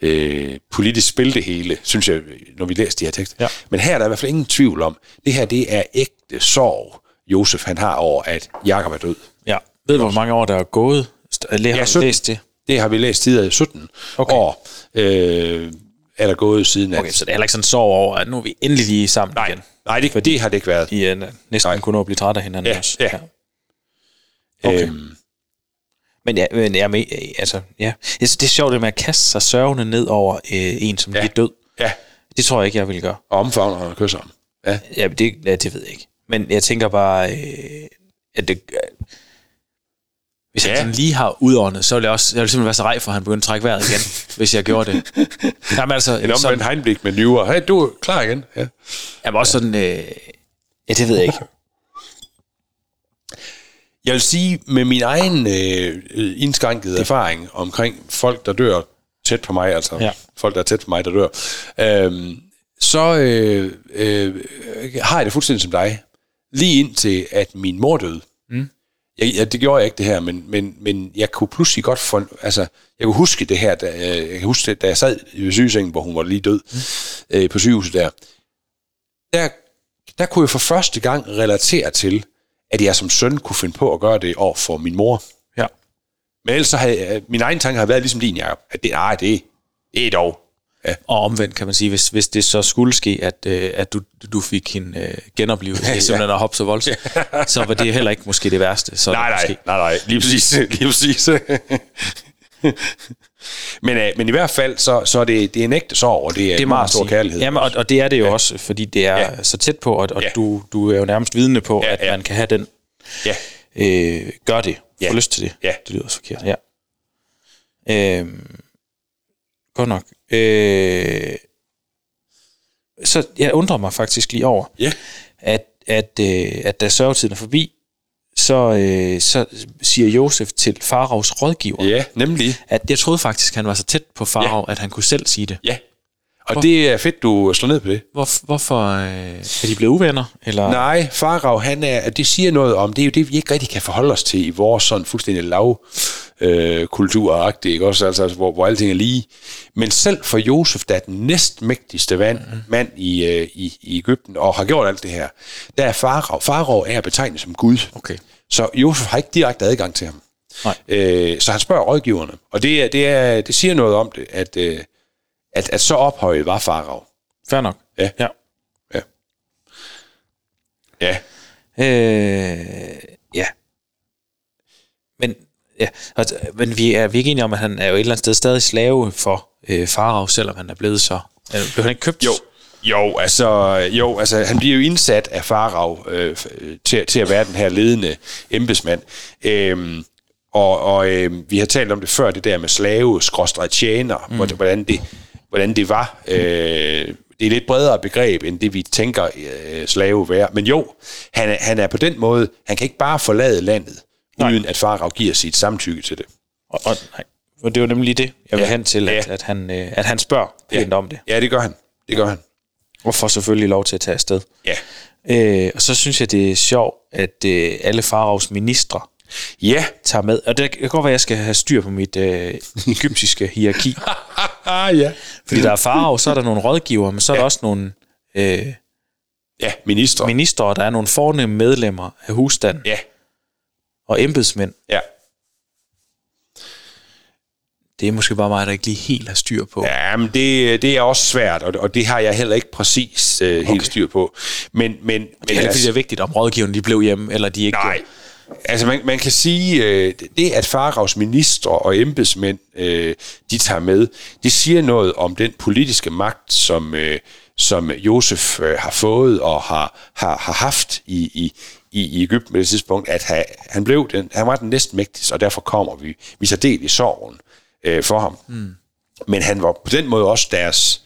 Speaker 2: øh, politisk spil det hele, synes jeg, når vi læser de her tekster.
Speaker 1: Ja.
Speaker 2: Men her er der i hvert fald ingen tvivl om, det her, det er ægte sorg, Josef han har over, at Jakob er død.
Speaker 1: Ja. Ved du, hvor mange år der er gået? St- læ- har du
Speaker 2: sytten.
Speaker 1: læst det?
Speaker 2: Det har vi læst tidligere i 17
Speaker 1: Okay.
Speaker 2: år, øh, er der gået siden
Speaker 1: Okay, så det er heller ikke sådan en sorg over, at nu er vi endelig lige sammen Nej. igen.
Speaker 2: Nej, det, det har det ikke været.
Speaker 1: I uh, næsten Nej. kunne nå at blive træt af hinanden
Speaker 2: Ja,
Speaker 1: også.
Speaker 2: ja.
Speaker 1: Okay.
Speaker 2: Øhm,
Speaker 1: Men, ja, men jeg men, altså, ja. Jeg synes, det er sjovt det med at kaste sig sørgende ned over øh, en, som ja.
Speaker 2: Ja.
Speaker 1: er død.
Speaker 2: ja,
Speaker 1: Det tror jeg ikke, jeg ville gøre.
Speaker 2: og omfavner og kysser ham. Ja.
Speaker 1: Ja, men det, ja, det ved jeg ikke. Men jeg tænker bare, øh, at det, øh, hvis ja.
Speaker 2: Ja.
Speaker 1: han sådan lige har udåndet, så ville jeg, også, jeg ville simpelthen være så rej for, at han begyndte at trække vejret igen, hvis jeg gjorde det. Jamen altså,
Speaker 2: En omvendt
Speaker 1: sådan,
Speaker 2: Heimlich med nyere. Hey, du er klar igen. Ja.
Speaker 1: jamen også sådan, øh, ja, det ved jeg ikke.
Speaker 2: Jeg vil sige, med min egen øh, øh, indskrænkede erfaring omkring folk, der dør tæt på mig, altså
Speaker 1: Ja.
Speaker 2: ja. folk, der er tæt på mig, der dør, øh, så øh, øh, har jeg det fuldstændig som dig. Lige indtil, at min mor døde. Mm. Jeg, jeg, det gjorde jeg ikke det her, men, men, men jeg kunne pludselig godt for, altså, jeg kunne huske det her, da, øh, jeg kan huske det, da jeg sad i sygesengen, hvor hun var lige død, mm. øh, på sygehuset der, der, der kunne jeg for første gang relatere til, at jeg som søn kunne finde på at gøre det over for min mor.
Speaker 1: Ja.
Speaker 2: Men ellers så havde jeg, min egen tanke har været ligesom din, Jacob, at det, nej, det, det er dog.
Speaker 1: Og omvendt kan man sige, hvis, hvis det så skulle ske, at, øh, at du, du fik hende øh, genoplevet, ja, simpelthen at hoppe så voldsomt, så var det heller ikke måske det værste. Så er det
Speaker 2: Nej, nej,
Speaker 1: måske,
Speaker 2: nej, nej, lige præcis, lige præcis. men, øh, men i hvert fald, så, så er det, det er en ægte sorg, og det er, det
Speaker 1: det
Speaker 2: en
Speaker 1: må man
Speaker 2: meget stor
Speaker 1: sige.
Speaker 2: kærlighed.
Speaker 1: Jamen, og, og det er det jo ja. også, fordi det er ja.
Speaker 2: Ja.
Speaker 1: så tæt på, og, og ja.
Speaker 2: Ja.
Speaker 1: du, du er jo nærmest vidne på, ja,
Speaker 2: Ja,
Speaker 1: at ja.
Speaker 2: ja.
Speaker 1: man kan have den,
Speaker 2: ja.
Speaker 1: øh, gør det, ja.
Speaker 2: Ja.
Speaker 1: får lyst til det.
Speaker 2: Ja.
Speaker 1: Det lyder også forkert, ja. Øhm, godt nok. Øh, så jeg undrer mig faktisk lige over,
Speaker 2: Ja.
Speaker 1: at, at, øh, at da sørgetiden er forbi, så, øh, så siger Josef til Faraos rådgiver,
Speaker 2: Ja, nemlig.
Speaker 1: at jeg troede faktisk, han var så tæt på Farao, at han kunne selv sige det.
Speaker 2: Ja. Og det er fedt, du slår ned på det.
Speaker 1: Hvor, hvorfor øh, er de blevet uvenner? Eller?
Speaker 2: Nej, Farag, han er, det siger noget om, det er jo det, vi ikke rigtig kan forholde os til i vores sådan fuldstændig lav øh, kulturagtigt, ikke også, altså, hvor, hvor alting er lige. Men selv for Josef, der er den næstmægtigste mand, mm-hmm. mand i, øh, i, i Ægypten, og har gjort alt det her, der er Farag. Farag er betegnet som Gud.
Speaker 1: Okay.
Speaker 2: Så Josef har ikke direkte adgang til ham.
Speaker 1: Nej.
Speaker 2: Øh, så han spørger rådgiverne, og det, er, det, er, det siger noget om det, at, øh, at, at så ophøjet var Farag.
Speaker 1: Fair nok.
Speaker 2: Ja.
Speaker 1: ja.
Speaker 2: Ja. Ja.
Speaker 1: Øh, ja. Men, ja. Og, men vi er, vi er ikke enige om, at han er jo et eller andet sted stadig slave for øh, Farao, selvom han er blevet så... Øh, blev han ikke købt?
Speaker 2: Jo. Jo, altså, jo, altså han bliver jo indsat af Farag øh, f- øh, til, til at være den her ledende embedsmand. Øhm, og og øh, vi har talt om det før, det der med slave, skråstrej tjener, mm. hvordan, det, hvordan det var. Øh, det er et lidt bredere begreb, end det vi tænker øh, slave være. Men jo, han er, han er på den måde, han kan ikke bare forlade landet, Nej. uden at Farag giver sit samtykke til det.
Speaker 1: Og, og, nej. og det var nemlig det, jeg vil
Speaker 2: Ja.
Speaker 1: hen til, at,
Speaker 2: Ja.
Speaker 1: at, han, øh, at han spørger pænt om det.
Speaker 2: Ja, det gør han. Det gør han.
Speaker 1: Og får selvfølgelig lov til at tage afsted.
Speaker 2: Ja.
Speaker 1: Øh, og så synes jeg, det er sjovt, at øh, alle Faraos ministre
Speaker 2: Ja.
Speaker 1: tager med. Og det kan godt være, at jeg skal have styr på mit øh, egyptiske hierarki.
Speaker 2: ah, ja.
Speaker 1: Fordi der er Farao, så er der nogle rådgivere, men så er der også nogle øh,
Speaker 2: Ja, minister. Min-
Speaker 1: ministre, og der er nogle fornemme medlemmer af husstanden
Speaker 2: ja,
Speaker 1: og embedsmænd.
Speaker 2: ja.
Speaker 1: Det er måske bare mig, der ikke lige helt har styr på.
Speaker 2: Ja, men det, det er også svært, og, og det har jeg heller ikke præcis øh, helt styr på. Men, men,
Speaker 1: det
Speaker 2: men altså,
Speaker 1: er, fordi det er vigtigt, om rådgiverne de blev hjemme, eller de ikke
Speaker 2: nej. Altså, man, man kan sige, øh, det at Faraos ministre og embedsmænd, øh, de tager med, det siger noget om den politiske magt, som, øh, som Josef øh, har fået og har, har, har haft i, i, i, i Ægypten på det tidspunkt, at ha, han, blev den, han var den næstmægtigste, og derfor kommer vi, vi så del i sorgen øh, for ham. Mm. Men han var på den måde også deres,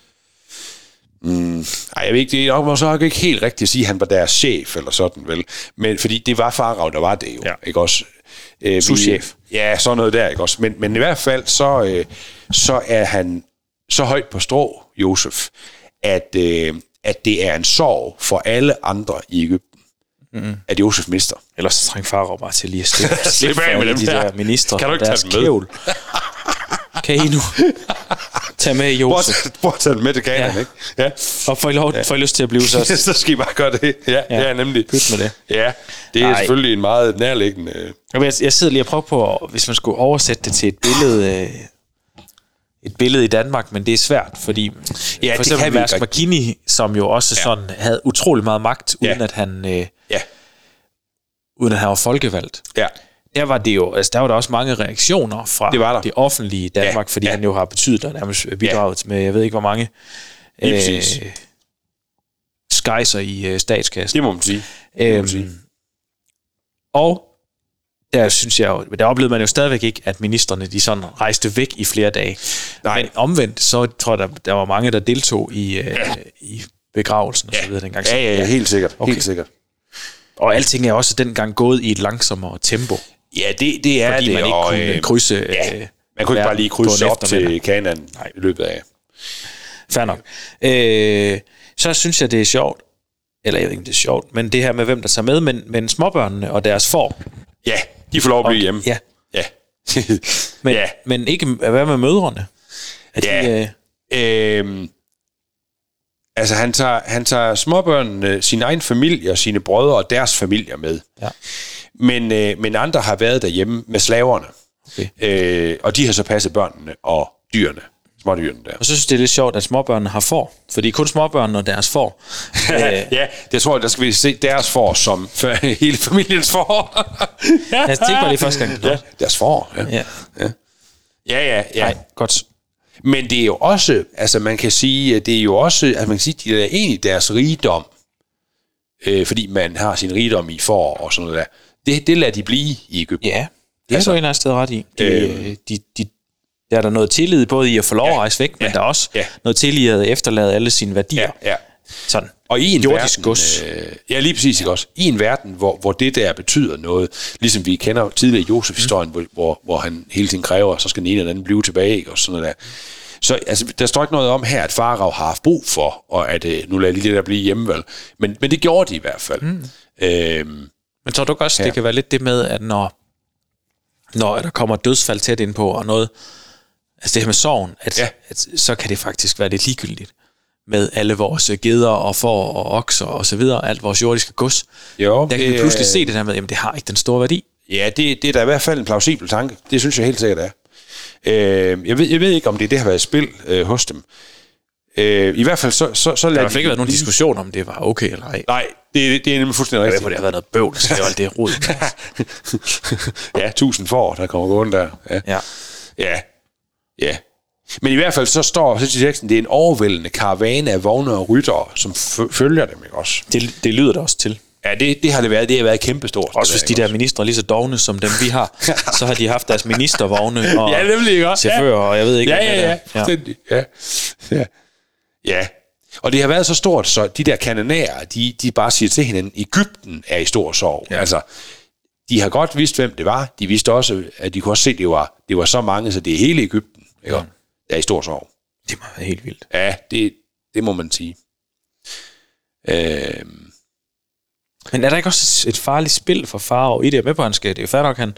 Speaker 2: Nej, jeg ved ikke, det er nok, man så nok ikke helt rigtigt at sige, at han var deres chef eller sådan, vel? Men, fordi det var Farag, der var det jo, ja. ikke også? Øh, vi-
Speaker 1: Souschef.
Speaker 2: Ja, sådan noget der, ikke også? Men, men i hvert fald, så, øh, så er han så højt på strå, Josef, at, øh, at det er en sorg for alle andre i Ægypten, mm. at Josef mister.
Speaker 1: Ellers så trænger Farao bare til lige at slippe,
Speaker 2: Slip af
Speaker 1: for
Speaker 2: med
Speaker 1: alle
Speaker 2: dem
Speaker 1: de
Speaker 2: der.
Speaker 1: der, ministre
Speaker 2: Kan du
Speaker 1: og
Speaker 2: ikke tage
Speaker 1: deres
Speaker 2: dem med?
Speaker 1: kævl. Kan I nu tage med
Speaker 2: Prøv
Speaker 1: Josef?
Speaker 2: at- Prøv at tage den med til kanerne,
Speaker 1: Ja.
Speaker 2: ikke? Ja.
Speaker 1: Og får I, lov, får I lyst til at blive så...
Speaker 2: så skal I bare gøre det. Ja, ja. ja nemlig.
Speaker 1: Pyt med det.
Speaker 2: Ja, det er
Speaker 1: Nej.
Speaker 2: Ej. selvfølgelig en meget nærliggende... øh,
Speaker 1: Jeg, jeg sidder lige og prøver på, at- hvis man skulle oversætte det til et billede... Øh, et billede i Danmark, men det er svært, fordi
Speaker 2: det
Speaker 1: for
Speaker 2: kan
Speaker 1: eksempel
Speaker 2: vi
Speaker 1: Mærsk
Speaker 2: ikke
Speaker 1: Makini, som jo også ja. sådan havde utrolig meget magt, uden
Speaker 2: Ja.
Speaker 1: ja. at han øh,
Speaker 2: Ja,
Speaker 1: uden at han var folkevalgt.
Speaker 2: ja,
Speaker 1: Der var det jo, altså der var der også mange reaktioner fra
Speaker 2: Det var der.
Speaker 1: det offentlige i Danmark,
Speaker 2: Ja,
Speaker 1: ja. fordi
Speaker 2: ja.
Speaker 1: ja. han jo har betydet og nærmest øh, bidraget ja. med, jeg ved ikke hvor mange øh,
Speaker 2: Lige præcis.
Speaker 1: skejser i øh, statskassen.
Speaker 2: det må man sige. man sige.
Speaker 1: Øhm, og der synes jeg jo, men der oplevede man jo stadigvæk ikke, at ministerne de sådan rejste væk i flere dage.
Speaker 2: Nej.
Speaker 1: Men omvendt, så tror jeg, der, der var mange, der deltog i, øh, i begravelsen og så videre dengang.
Speaker 2: Ja, ja, ja, helt sikkert. Okay.
Speaker 1: Okay.
Speaker 2: Helt sikkert.
Speaker 1: Og alting er også dengang gået i et langsommere tempo,
Speaker 2: Ja, det, det er
Speaker 1: fordi
Speaker 2: det.
Speaker 1: man ikke
Speaker 2: og,
Speaker 1: kunne
Speaker 2: øh,
Speaker 1: krydse...
Speaker 2: ja,
Speaker 1: øh,
Speaker 2: man kunne ikke bare lige
Speaker 1: verden på en
Speaker 2: krydse op
Speaker 1: eftermiddag.
Speaker 2: til Kanan i løbet af.
Speaker 1: Fair nok. Øh, så synes jeg, det er sjovt, eller jeg ved ikke, om det er sjovt, men det her med, hvem der tager med, men, men småbørnene og deres får.
Speaker 2: Ja, de får lov at blive hjemme.
Speaker 1: Ja,
Speaker 2: Ja.
Speaker 1: men,
Speaker 2: Mm. Ja.
Speaker 1: men ikke, hvad med mødrene? At
Speaker 2: Ja.
Speaker 1: de, øh,
Speaker 2: øhm, altså, han tager, han tager småbørnene, sin egen familie og sine brødre og deres familier med.
Speaker 1: Ja.
Speaker 2: Men, øh, men andre har været derhjemme med slaverne.
Speaker 1: Okay.
Speaker 2: Øh, og de har så passet børnene og dyrene. Smådyrene der.
Speaker 1: Og så synes jeg, det er lidt sjovt, at småbørnene har får. Fordi kun småbørnene og deres får. øh,
Speaker 2: ja, det tror jeg, der skal vi se deres for som hele familiens for.
Speaker 1: jeg tænkte bare lige første gang. Ja.
Speaker 2: Deres for, ja.
Speaker 1: ja.
Speaker 2: Ja, ja, ja.
Speaker 1: Nej, godt.
Speaker 2: Men det er jo også, altså man kan sige, at det er jo også, altså man kan sige, de er egentlig deres rigdom, øh, fordi man har sin rigdom i for og sådan noget der. Det, det lader de blive i Ægypten.
Speaker 1: Ja, det er altså, du
Speaker 2: Altså,
Speaker 1: en eller anden sted ret i. De,
Speaker 2: øh,
Speaker 1: øh, de, de, der er der noget tillid både i at få lov at rejse væk, men der er også
Speaker 2: ja.
Speaker 1: noget tillid i at efterlade alle sine værdier.
Speaker 2: ja,
Speaker 1: Sådan.
Speaker 2: Og i en
Speaker 1: Jordisk
Speaker 2: verden,
Speaker 1: gods.
Speaker 2: Øh, ja, lige præcis, ikke også? I en verden, hvor, hvor det der betyder noget, ligesom vi kender tidligere Josef-historien, mm. hvor, hvor, hvor han hele tiden kræver, så skal den ene eller den anden blive tilbage, ikke? og sådan noget der. Så altså, der står ikke noget om her, at Farag har haft brug for, og at øh, nu lader jeg lige det der blive hjemme, vel? Men, men det gjorde de i hvert fald. Mm. Øhm,
Speaker 1: Men tror du ikke også, ja.
Speaker 2: Ja.
Speaker 1: det kan være lidt det med, at når, når der kommer dødsfald tæt ind på, og noget, altså det her med sorgen, at, ja.
Speaker 2: Ja.
Speaker 1: at, så kan det faktisk være lidt ligegyldigt med alle vores geder og får og okser og så videre, alt vores jordiske gods.
Speaker 2: jo,
Speaker 1: Der kan vi pludselig se det der med, jamen det har ikke den store værdi.
Speaker 2: Ja, det, det er da i hvert fald en plausibel tanke. Det synes jeg helt sikkert er. Øh, jeg, ved, jeg ved ikke, om det, det har været i spil øh, hos dem. Øh, I hvert fald så... så, så
Speaker 1: Der
Speaker 2: lader
Speaker 1: har i hvert fald ikke
Speaker 2: de-
Speaker 1: været nogen diskussion om, det var okay eller ej.
Speaker 2: Nej, det, det er nemlig fuldstændig
Speaker 1: Jeg ved,
Speaker 2: rigtigt.
Speaker 1: det har været noget bøvl, så det er alt det rod.
Speaker 2: ja, tusind for, der kommer gående der. Ja.
Speaker 1: Ja.
Speaker 2: ja. ja. Men i hvert fald så står så siger teksten, det er en overvældende karavane af vogne og ryttere, som f- følger dem, ikke også?
Speaker 1: Det, det lyder det også til.
Speaker 2: Ja, det, det har det været. Det har været kæmpestort.
Speaker 1: Også hvis de der ministre er lige så dogne som dem, vi har, så har de haft deres ministervogne og
Speaker 2: Ja, nemlig, ikke også? Ja.
Speaker 1: chauffører, og jeg ved ikke,
Speaker 2: Ja,
Speaker 1: hvad
Speaker 2: ja,
Speaker 1: det er.
Speaker 2: ja. Fuldstændig. Ja. ja. Ja. Og det har været så stort, så de der kanonærer, de, de bare siger til hinanden, Ægypten er i stor sorg. Ja. Altså, de har godt vidst, hvem det var. De vidste også, at de kunne også se, at det var, det var så mange, så det er hele Ægypten, ikke? Ja. der er i stor sorg.
Speaker 1: Det må være helt vildt.
Speaker 2: Ja, det, det må man sige. Øh,
Speaker 1: Men er der ikke også et farligt spil for Farov i det? Jeg er med på, at han skal, det er jo fair nok, han,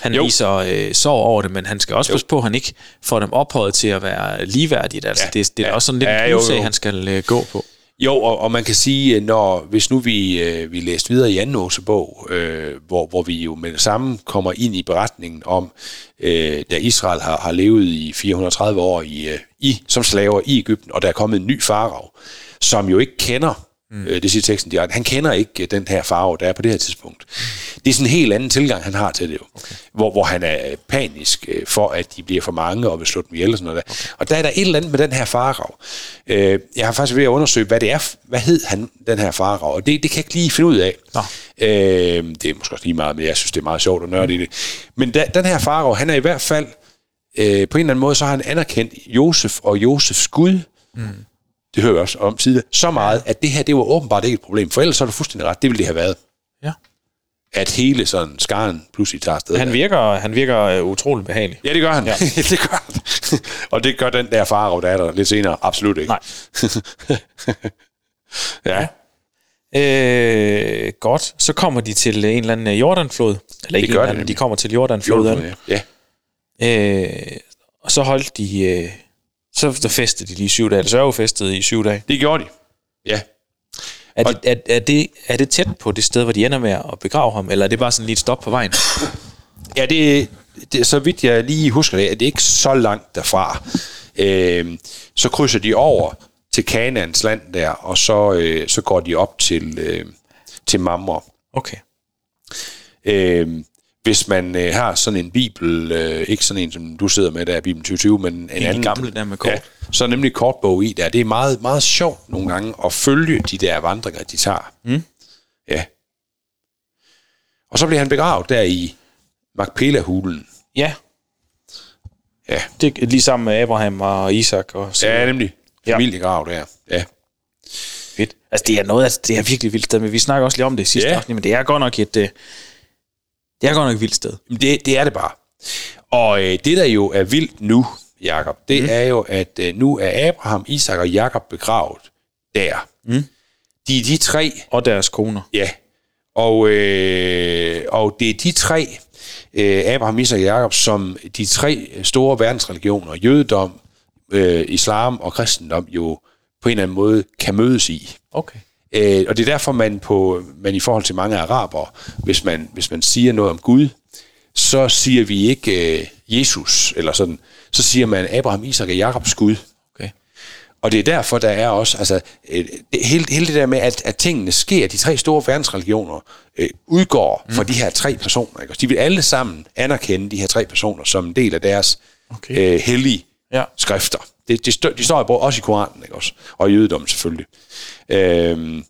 Speaker 1: han
Speaker 2: Jo.
Speaker 1: viser øh, sorg over det, men han skal også passe på, at han ikke får dem ophøjet til at være ligeværdigt. Altså, ja.
Speaker 2: Ja,
Speaker 1: det, det er
Speaker 2: ja,
Speaker 1: også sådan lidt
Speaker 2: ja,
Speaker 1: ja,
Speaker 2: jo,
Speaker 1: en
Speaker 2: jo.
Speaker 1: usag, han skal øh, gå på.
Speaker 2: Jo, og, og man kan sige, øh, når hvis nu vi, øh, vi læste videre i anden Mosebog, øh, hvor, hvor vi jo med det samme kommer ind i beretningen om, øh, da Israel har, har levet i 430 år i, øh, i, som slaver i Ægypten, og der er kommet en ny farav, som jo ikke kender, øh, det siger teksten direkte, han kender ikke øh, den her farav, der er på det her tidspunkt. Det er sådan en helt anden tilgang, han har til det jo, okay. hvor, hvor han er øh, panisk øh, for, at de bliver for mange og vil slå dem ihjel og sådan noget der. Okay. Og der er der et eller andet med den her farav. Øh, jeg har faktisk ved at undersøge, hvad det er, hvad hed han, den her farav, og det, det kan jeg ikke lige finde ud af.
Speaker 1: Nå.
Speaker 2: Øh, det er måske også lige meget, men jeg synes, det er meget sjovt at nørde i det. Men da, den her farav, han er i hvert fald, øh, på en eller anden måde, så har han anerkendt Josef og Josefs Gud, det hører vi også om tidligere, så meget, at det her, det var åbenbart ikke et problem, for ellers så er du fuldstændig ret, det ville det have været.
Speaker 1: Ja.
Speaker 2: At hele sådan skaren pludselig tager afsted.
Speaker 1: Han virker, han virker øh, utrolig behagelig.
Speaker 2: Ja, det gør han. Ja. det gør han. og det gør den der farov, der er der lidt senere, absolut ikke.
Speaker 1: Nej.
Speaker 2: ja.
Speaker 1: Øh, godt, så kommer de til en eller anden øh, Jordanflod. Eller ikke en
Speaker 2: gør
Speaker 1: eller
Speaker 2: de
Speaker 1: anden, de
Speaker 2: nemlig.
Speaker 1: kommer til Jordanfloden.
Speaker 2: Jordan, ja. ja.
Speaker 1: Øh, og så holdt de... Øh, så så festede de lige i syv dage, eller sørgefestede i syv dage.
Speaker 2: Det gjorde de. Ja.
Speaker 1: Er det, er, er, det, er det tæt på det sted, hvor de ender med at begrave ham, eller er det bare sådan lige et stop på vejen?
Speaker 2: Ja, det, det, så vidt jeg lige husker det, er det ikke så langt derfra. Øh, så krydser de over til Kanaans land der, og så, øh, så går de op til, øh, til Mamre.
Speaker 1: Okay.
Speaker 2: Øh, hvis man øh, har sådan en bibel, øh, ikke sådan en, som du sidder med, der er Bibelen 2020, men en, en
Speaker 1: En af de
Speaker 2: anden...
Speaker 1: gamle der med kort.
Speaker 2: Ja,
Speaker 1: Ja.
Speaker 2: så er nemlig kortbog i der. Det er meget, meget sjovt nogle gange at følge de der vandringer, de tager.
Speaker 1: Mm.
Speaker 2: Ja. Og så bliver han begravet der i Magpela-hulen.
Speaker 1: ja.
Speaker 2: Ja.
Speaker 1: Det er lige sammen med Abraham og Isak og så.
Speaker 2: Ja, nemlig.
Speaker 1: Ja.
Speaker 2: Familiegrav der. Ja.
Speaker 1: Fedt. Altså, det er noget, altså, det er virkelig vildt sted, men vi snakker også lige om det i sidste
Speaker 2: Ja.
Speaker 1: afsnit, men det er godt nok et... øh, Det er godt nok et vildt sted.
Speaker 2: Jamen, Det, det er det bare. Og øh, det, der jo er vildt nu, Jakob, det mm. er jo, at øh, nu er Abraham, Isak og Jakob begravet der. Mm. De er de tre,
Speaker 1: Og deres koner.
Speaker 2: Ja, og, øh, og det er de tre, øh, Abraham, Isak og Jakob, som de tre store verdensreligioner, jødedom, øh, islam og kristendom, jo på en eller anden måde kan mødes i.
Speaker 1: Okay.
Speaker 2: Øh, og det er derfor, man, på, man i forhold til mange araber, hvis man, hvis man siger noget om Gud, så siger vi ikke øh, Jesus eller sådan. Så siger man Abraham, Isak og Jakobs Gud.
Speaker 1: okay.
Speaker 2: Og det er derfor, der er også, altså, øh, det, hele, hele det der med, at, at tingene sker, de tre store verdensreligioner, øh, udgår
Speaker 1: Mm.
Speaker 2: fra de her tre personer. Ikke? Og De vil alle sammen anerkende de her tre personer som en del af deres
Speaker 1: Okay.
Speaker 2: okay. øh, hellige
Speaker 1: Ja.
Speaker 2: ja. skrifter. Det, det stå, de står jo også i Koranen, ikke også? Og i jødedommen selvfølgelig. Øhm,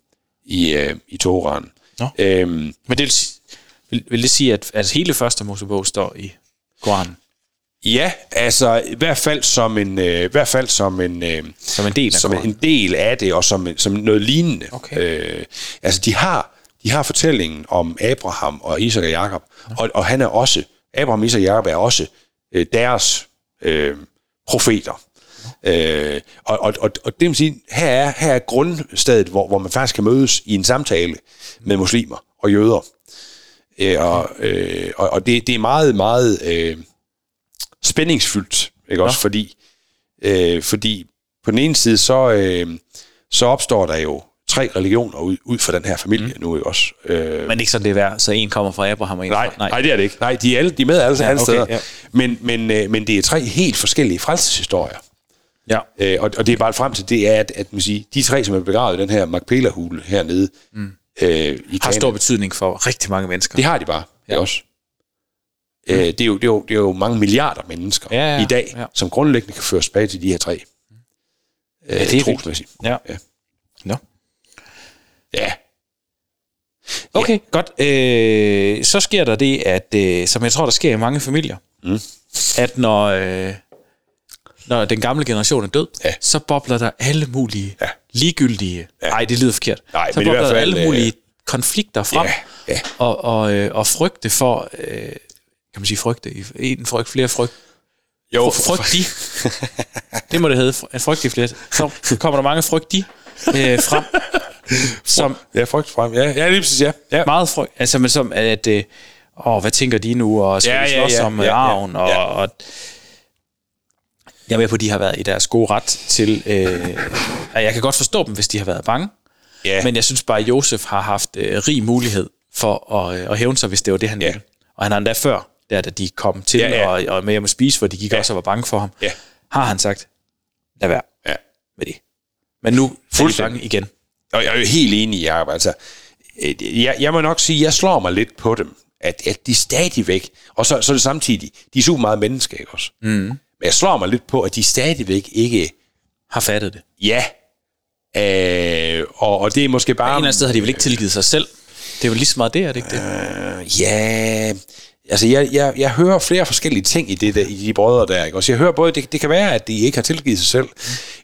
Speaker 2: I øh, i Toraen.
Speaker 1: Nå.
Speaker 2: Øhm,
Speaker 1: Men det vil, sige- vil, vil det sige, at, at hele første Mosebog står i Koranen?
Speaker 2: Ja, altså i hvert fald som en, øh, i hvert fald som en, øh,
Speaker 1: Som en del af
Speaker 2: som
Speaker 1: koranen.
Speaker 2: en del af det og som, som noget lignende.
Speaker 1: Okay.
Speaker 2: Øh, altså de har de har fortællingen om Abraham og Isak og Jakob, og, og han er også Abraham, Isak og Jakob er også øh, deres øh, profeter. Øh, og, og, og, og det vil sige, her er, her er grundstedet, hvor, hvor man faktisk kan mødes i en samtale med muslimer og jøder. Øh, og, øh, og, og det, det er meget, meget øh, spændingsfyldt, ikke også? Fordi, øh, fordi på den ene side, så, øh, så opstår der jo tre religioner ud, ud fra den her familie mm. nu, ikke også? Øh,
Speaker 1: Men ikke sådan det er værd, så en kommer fra Abraham og en
Speaker 2: nej,
Speaker 1: fra...
Speaker 2: nej, nej, det er det ikke. Nej, de er, alle, de er med alle ja,
Speaker 1: okay,
Speaker 2: okay, steder.
Speaker 1: ja.
Speaker 2: Ja. Men, men, øh, men det er tre helt forskellige frelseshistorier.
Speaker 1: Ja.
Speaker 2: Øh, og, og det er bare frem til, det er, at, at man siger, de tre, som er begravet i den her Macpela-hule hernede mm. øh, i
Speaker 1: Har
Speaker 2: Kana,
Speaker 1: stor betydning for rigtig mange mennesker.
Speaker 2: det har de bare, ja. også. Øh, det, er jo, det, er jo, det er jo mange milliarder mennesker
Speaker 1: Mm. Ja, ja,
Speaker 2: i dag,
Speaker 1: ja.
Speaker 2: ja. som grundlæggende kan føres tilbage til de her tre. Ja,
Speaker 1: det er
Speaker 2: trosmæssigt.
Speaker 1: Ja.
Speaker 2: Ja.
Speaker 1: Nå.
Speaker 2: Ja.
Speaker 1: Okay, ja. godt. Øh, så sker der det, at øh, som jeg tror, der sker i mange familier, mm. at når, øh, når den gamle generation er død,
Speaker 2: Ja.
Speaker 1: så bobler der alle mulige ja.
Speaker 2: Ja.
Speaker 1: ligegyldige... Nej, ja. det lyder forkert.
Speaker 2: Nej,
Speaker 1: så
Speaker 2: men i
Speaker 1: bobler
Speaker 2: hvert
Speaker 1: der
Speaker 2: fald,
Speaker 1: alle
Speaker 2: øh,
Speaker 1: mulige konflikter frem,
Speaker 2: Ja, ja.
Speaker 1: Og, og, øh, og frygte for... Øh, kan man sige frygte? I- En frygt, flere frygt.
Speaker 2: Jo,
Speaker 1: Frygt- Frygt de. Det må det hedde. fr- Frygt de flere. Så kommer der mange frygt de øh, frem, som,
Speaker 2: Ja, frygt frem. Ja, ja lige præcis, ja. ja.
Speaker 1: meget frygt. Altså, men som at, øh, åh, hvad tænker de nu, og skal
Speaker 2: Ja,
Speaker 1: ja, vi
Speaker 2: ja,
Speaker 1: slås ja,
Speaker 2: ja,
Speaker 1: om
Speaker 2: ja,
Speaker 1: ja,
Speaker 2: ja,
Speaker 1: arven, ja, ja.
Speaker 2: ja.
Speaker 1: Og, og jeg er med på, at de har været i deres gode ret til, øh, og jeg kan godt forstå dem, hvis de har været bange,
Speaker 2: Ja.
Speaker 1: men jeg synes bare, at Josef har haft øh, rig mulighed for at, øh, at hævne sig, hvis det var det, han
Speaker 2: Ja.
Speaker 1: ja. ville. Og han har endda før, der da de kom til,
Speaker 2: Ja,
Speaker 1: ja,
Speaker 2: ja.
Speaker 1: ja. Og, og med hjem at spise, hvor de gik ja.
Speaker 2: Ja.
Speaker 1: også og var bange for ham,
Speaker 2: Ja.
Speaker 1: har han sagt, lad være
Speaker 2: ja.
Speaker 1: med det. Men nu er de
Speaker 2: Fuldstændig.
Speaker 1: bange igen.
Speaker 2: Og jeg er jo helt enig, Jacob. Altså, øh, jeg, jeg må nok sige, at jeg slår mig lidt på dem. At, at de stadigvæk, og så, så er det samtidig, de er super meget mennesker, ikke også? Mm. Men jeg slår mig lidt på, at de stadigvæk ikke,
Speaker 1: Har fattet det.
Speaker 2: ja, øh, og, og det er måske bare...
Speaker 1: På en eller anden sted har de vel ikke tilgivet sig selv. Det er jo lige så meget det, er det ikke det?
Speaker 2: Øh, Ja, altså jeg, jeg, jeg hører flere forskellige ting i, det der, i de brødre der. Ikke? Også jeg hører både, det, det kan være, at de ikke har tilgivet sig selv.